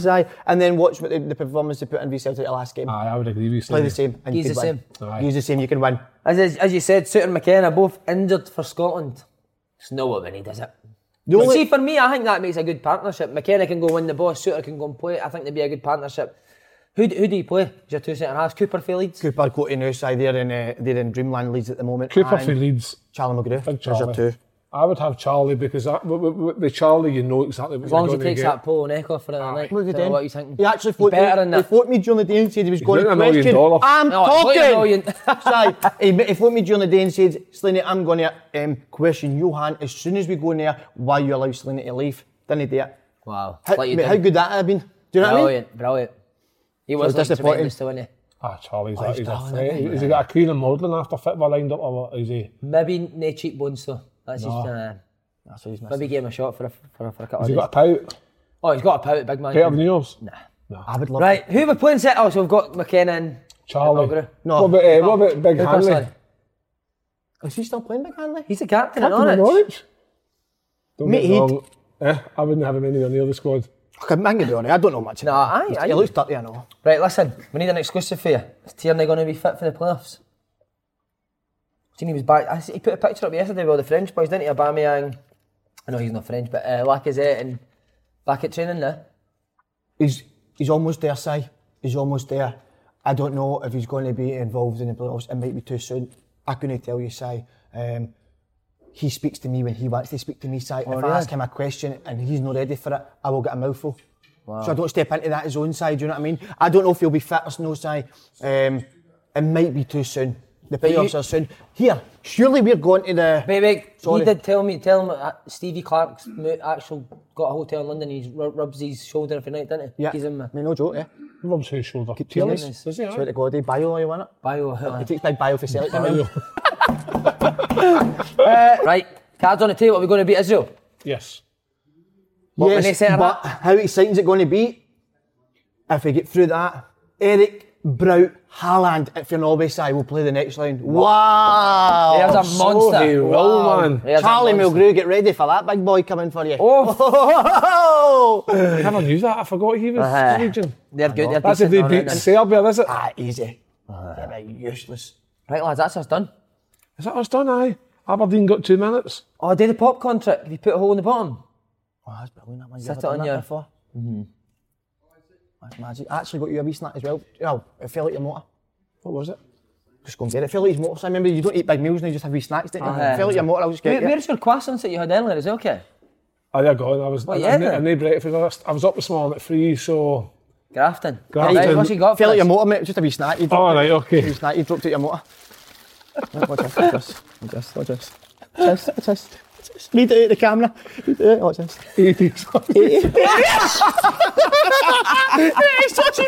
Speaker 2: sigh, and then watch what the, the performance they put in v Celtic the last game.
Speaker 3: Aye, I would agree with you.
Speaker 2: Play the same. And you
Speaker 1: Ah, He's
Speaker 2: could
Speaker 1: the
Speaker 2: win.
Speaker 3: same. Aye.
Speaker 2: He's the same, you can win.
Speaker 1: As, as, as you said, Suter and McKenna both injured for Scotland. It's not what we need, is it?
Speaker 2: The
Speaker 1: But
Speaker 2: only,
Speaker 1: See, for me, I think that makes a good partnership. McKenna can go win the ball, Suter can go and play. I think they'd be a good partnership. Who, d- who do you play? Is your two centre halves? Cooper for Leeds?
Speaker 2: Cooper go to Noosa, they're in, uh, they're in Dreamland Leeds at the moment.
Speaker 3: Cooper
Speaker 2: and
Speaker 3: for Leeds.
Speaker 2: Charlie McGrew.
Speaker 3: Big
Speaker 2: There's your
Speaker 3: Charlie.
Speaker 2: two.
Speaker 3: I would have Charlie because that, with, with, with Charlie, you know exactly what
Speaker 1: As long as
Speaker 3: you're
Speaker 1: he
Speaker 3: going
Speaker 1: takes
Speaker 3: to
Speaker 1: that
Speaker 3: get.
Speaker 1: pole and echo for
Speaker 3: Ah,
Speaker 1: another night.
Speaker 2: What have you
Speaker 1: Don't know
Speaker 2: done?
Speaker 1: What you thinking?
Speaker 2: He actually
Speaker 1: He's
Speaker 2: fought
Speaker 1: better
Speaker 2: me.
Speaker 1: than
Speaker 2: He
Speaker 1: that.
Speaker 2: fought me during the day and said he was going
Speaker 3: getting
Speaker 2: to
Speaker 3: a million
Speaker 2: question.
Speaker 3: dollars.
Speaker 2: I'm
Speaker 1: No, he's playing
Speaker 2: talking.
Speaker 1: million.
Speaker 2: Sorry, he, he fought me during the day and said, Slaney, I'm going to um, question Johan as soon as we go in there why you allow Slaney to leave. Didn't he do it?
Speaker 1: Wow.
Speaker 2: How,
Speaker 1: Like you
Speaker 2: mate,
Speaker 1: did.
Speaker 2: how good that have been. Do you know what I mean?
Speaker 1: Brilliant, brilliant. He was
Speaker 2: So
Speaker 1: like
Speaker 2: disappointing.
Speaker 1: tremendous to win it.
Speaker 3: Ah,
Speaker 1: Oh,
Speaker 3: Charlie's
Speaker 2: he's
Speaker 3: that. He's a
Speaker 2: darling,
Speaker 3: threat.
Speaker 2: isn't he?
Speaker 3: Has he got a Queen and Maudlin after Fitba lined up or what? Is he?
Speaker 1: Maybe no cheekbones though. That's
Speaker 3: No.
Speaker 1: just uh,
Speaker 2: That's what he's missing.
Speaker 1: maybe give him a shot for a, for a, for a couple
Speaker 3: Has
Speaker 1: of
Speaker 3: he
Speaker 1: days.
Speaker 3: got a pout?
Speaker 1: oh, he's got a pout, big man.
Speaker 3: Better than yours? Nah.
Speaker 2: I would love
Speaker 1: Right, who are we playing set? Oh, so we've got McKenna and
Speaker 3: Charlie.
Speaker 1: Ogre.
Speaker 2: No.
Speaker 3: What about, uh, what about Big
Speaker 1: Cooper,
Speaker 3: Hanley?
Speaker 1: sorry.
Speaker 2: Is he still playing back Hanley?
Speaker 1: He's the captain in
Speaker 3: Captain of
Speaker 1: Norwich.
Speaker 3: Norwich? Don't
Speaker 2: Mate,
Speaker 3: get me wrong. Eh, I wouldn't have him anywhere near the squad.
Speaker 2: Okay, man, you're doing it. I don't know much.
Speaker 1: No, aye,
Speaker 2: He's-
Speaker 1: aye.
Speaker 2: He looks dirty, I know.
Speaker 1: Right, listen, we need an exclusive for you. Is Tierney going to be fit for the playoffs? Seen he was back. I see, he put a picture up yesterday with all the French boys, didn't he? Aubameyang. I know he's not French, but uh, Lacazette and back at training now.
Speaker 2: He's, he's almost there, Si. He's almost there. I don't know if he's going to be involved in the playoffs. It might be too soon. I couldn't tell you, Si. Um, he speaks to me when he wants to speak to me, Si. if
Speaker 1: Oh, really?
Speaker 2: I ask him a question and he's not ready for it, I will get a mouthful. So I don't step into that his own side, do you know what I mean? I don't know if he'll be fit or no, Si. Um, it might be too soon. The
Speaker 1: But you-
Speaker 2: playoffs are soon. Here, surely we're going to the...
Speaker 1: Wait, wait.
Speaker 2: Sorry.
Speaker 1: He did tell me, tell him uh, Stevie Clark's mo- actual got a hotel in London. and He ru- rubs his shoulder every night, doesn't he?
Speaker 2: Yeah.
Speaker 1: He's in my
Speaker 2: I mean, no joke, yeah.
Speaker 3: Rubs his shoulder.
Speaker 2: Tierney's.
Speaker 3: Tierney's, Does he?
Speaker 2: Swear to
Speaker 3: aye?
Speaker 2: God, he bio, you want it?
Speaker 1: bio.
Speaker 2: He
Speaker 1: uh,
Speaker 2: takes big bio for Celtic. doesn't he?
Speaker 1: right, cards on the table. We're going to beat Israel.
Speaker 3: Yes.
Speaker 1: when they set it
Speaker 2: but how exciting is it going to be if we get through that? Eric, Brout, Haaland at Fernobby side will play the next round. Wow!
Speaker 1: There's a monster.
Speaker 3: he will,
Speaker 1: Wow.
Speaker 3: man.
Speaker 1: There's a
Speaker 2: Charlie
Speaker 1: monster.
Speaker 2: Mulgrew, get ready for that big boy coming for you.
Speaker 1: Oh.
Speaker 3: I never knew that. I forgot he was
Speaker 1: Uh-huh.
Speaker 3: Norwegian.
Speaker 1: They're good. They're
Speaker 3: That's
Speaker 1: decent.
Speaker 3: if they
Speaker 1: all
Speaker 3: beat
Speaker 1: round.
Speaker 3: Serbia, is it?
Speaker 2: Ah, easy. They're a useless.
Speaker 1: Right, lads, that's us done.
Speaker 3: Is that us done? Aye. Aberdeen got two minutes.
Speaker 1: Oh, I did the popcorn trick. You put a hole in the bottom.
Speaker 2: Oh, that's brilliant. That one.
Speaker 1: Set it
Speaker 2: Set it on
Speaker 1: on
Speaker 2: that
Speaker 1: your-
Speaker 2: before. Mm-hmm. That's magic. I actually got you a wee snack as well. Oh, it fell out your motor.
Speaker 3: What was it?
Speaker 2: Just go and get it. It fell out his motor. So I remember you don't eat big meals now, you just have wee snacks. Don't you?
Speaker 1: Aye.
Speaker 2: It fell out your motor, I'll just
Speaker 1: Where,
Speaker 2: get you.
Speaker 1: where's your croissants that you had earlier? Is it okay?
Speaker 3: Aye, I got it. I was.
Speaker 1: What,
Speaker 3: I,
Speaker 1: yeah,
Speaker 3: I, ne-
Speaker 1: then?
Speaker 3: I need breakfast. I was- I was up this morning at three, so.
Speaker 1: Grafton.
Speaker 3: Grafton.
Speaker 1: Right, what's he got?
Speaker 2: Fell
Speaker 1: for
Speaker 2: out your
Speaker 1: us?
Speaker 2: motor, mate. Just a wee snack. You
Speaker 3: All
Speaker 2: dropped
Speaker 3: right.
Speaker 2: it.
Speaker 3: Okay.
Speaker 2: Wee snack. You dropped out your motor. Watch this. Watch this. Watch this. Watch this. Watch this. Watch this. Read it out the camera. Read it out. Watch this. It's such a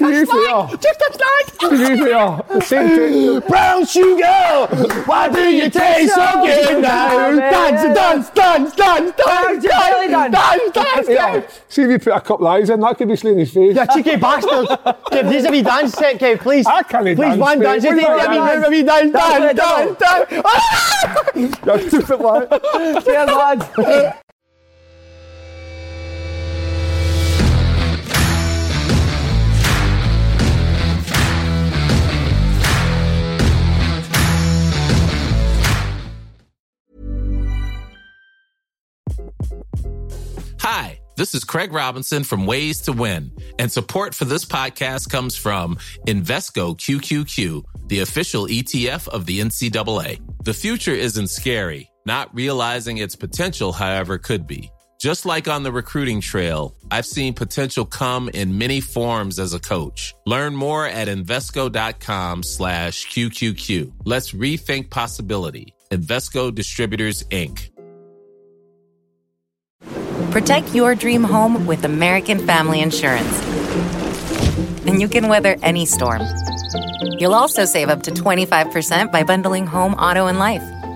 Speaker 2: rolls.
Speaker 3: be fair.
Speaker 2: Just a snack.
Speaker 3: To be fair, the same thing.
Speaker 2: Brown sugar. Why do you taste so good Oh, now? Dance, dance, dance, dance, dance,
Speaker 1: jelly
Speaker 2: dance, dance, dance,
Speaker 3: Yeah.
Speaker 2: dance.
Speaker 3: See if you put a couple of eyes in, that could be slaying his face.
Speaker 2: You cheeky bastard. Kev, here's a wee dance set, Kev, please.
Speaker 3: I can't
Speaker 2: Please,
Speaker 3: dance,
Speaker 2: one
Speaker 3: mate.
Speaker 2: dance. Just
Speaker 3: What
Speaker 2: give
Speaker 3: are you
Speaker 2: me
Speaker 3: doing?
Speaker 2: a wee dance,
Speaker 1: That's
Speaker 2: dance,
Speaker 1: what
Speaker 2: dance, dance. Ah!
Speaker 3: You're stupid, man.
Speaker 1: Cheers, lads.
Speaker 5: Hi, this is Craig Robinson from Ways to Win, and support for this podcast comes from Invesco QQQ, the official ETF of the NCAA. The future isn't scary, not realizing its potential, however, could be. Just like on the recruiting trail, I've seen potential come in many forms as a coach. Learn more at Invesco.com slash QQQ. Let's rethink possibility. Invesco Distributors, Inc.
Speaker 6: Protect your dream home with American Family Insurance. And you can weather any storm. You'll also save up to 25% by bundling home, auto, and life.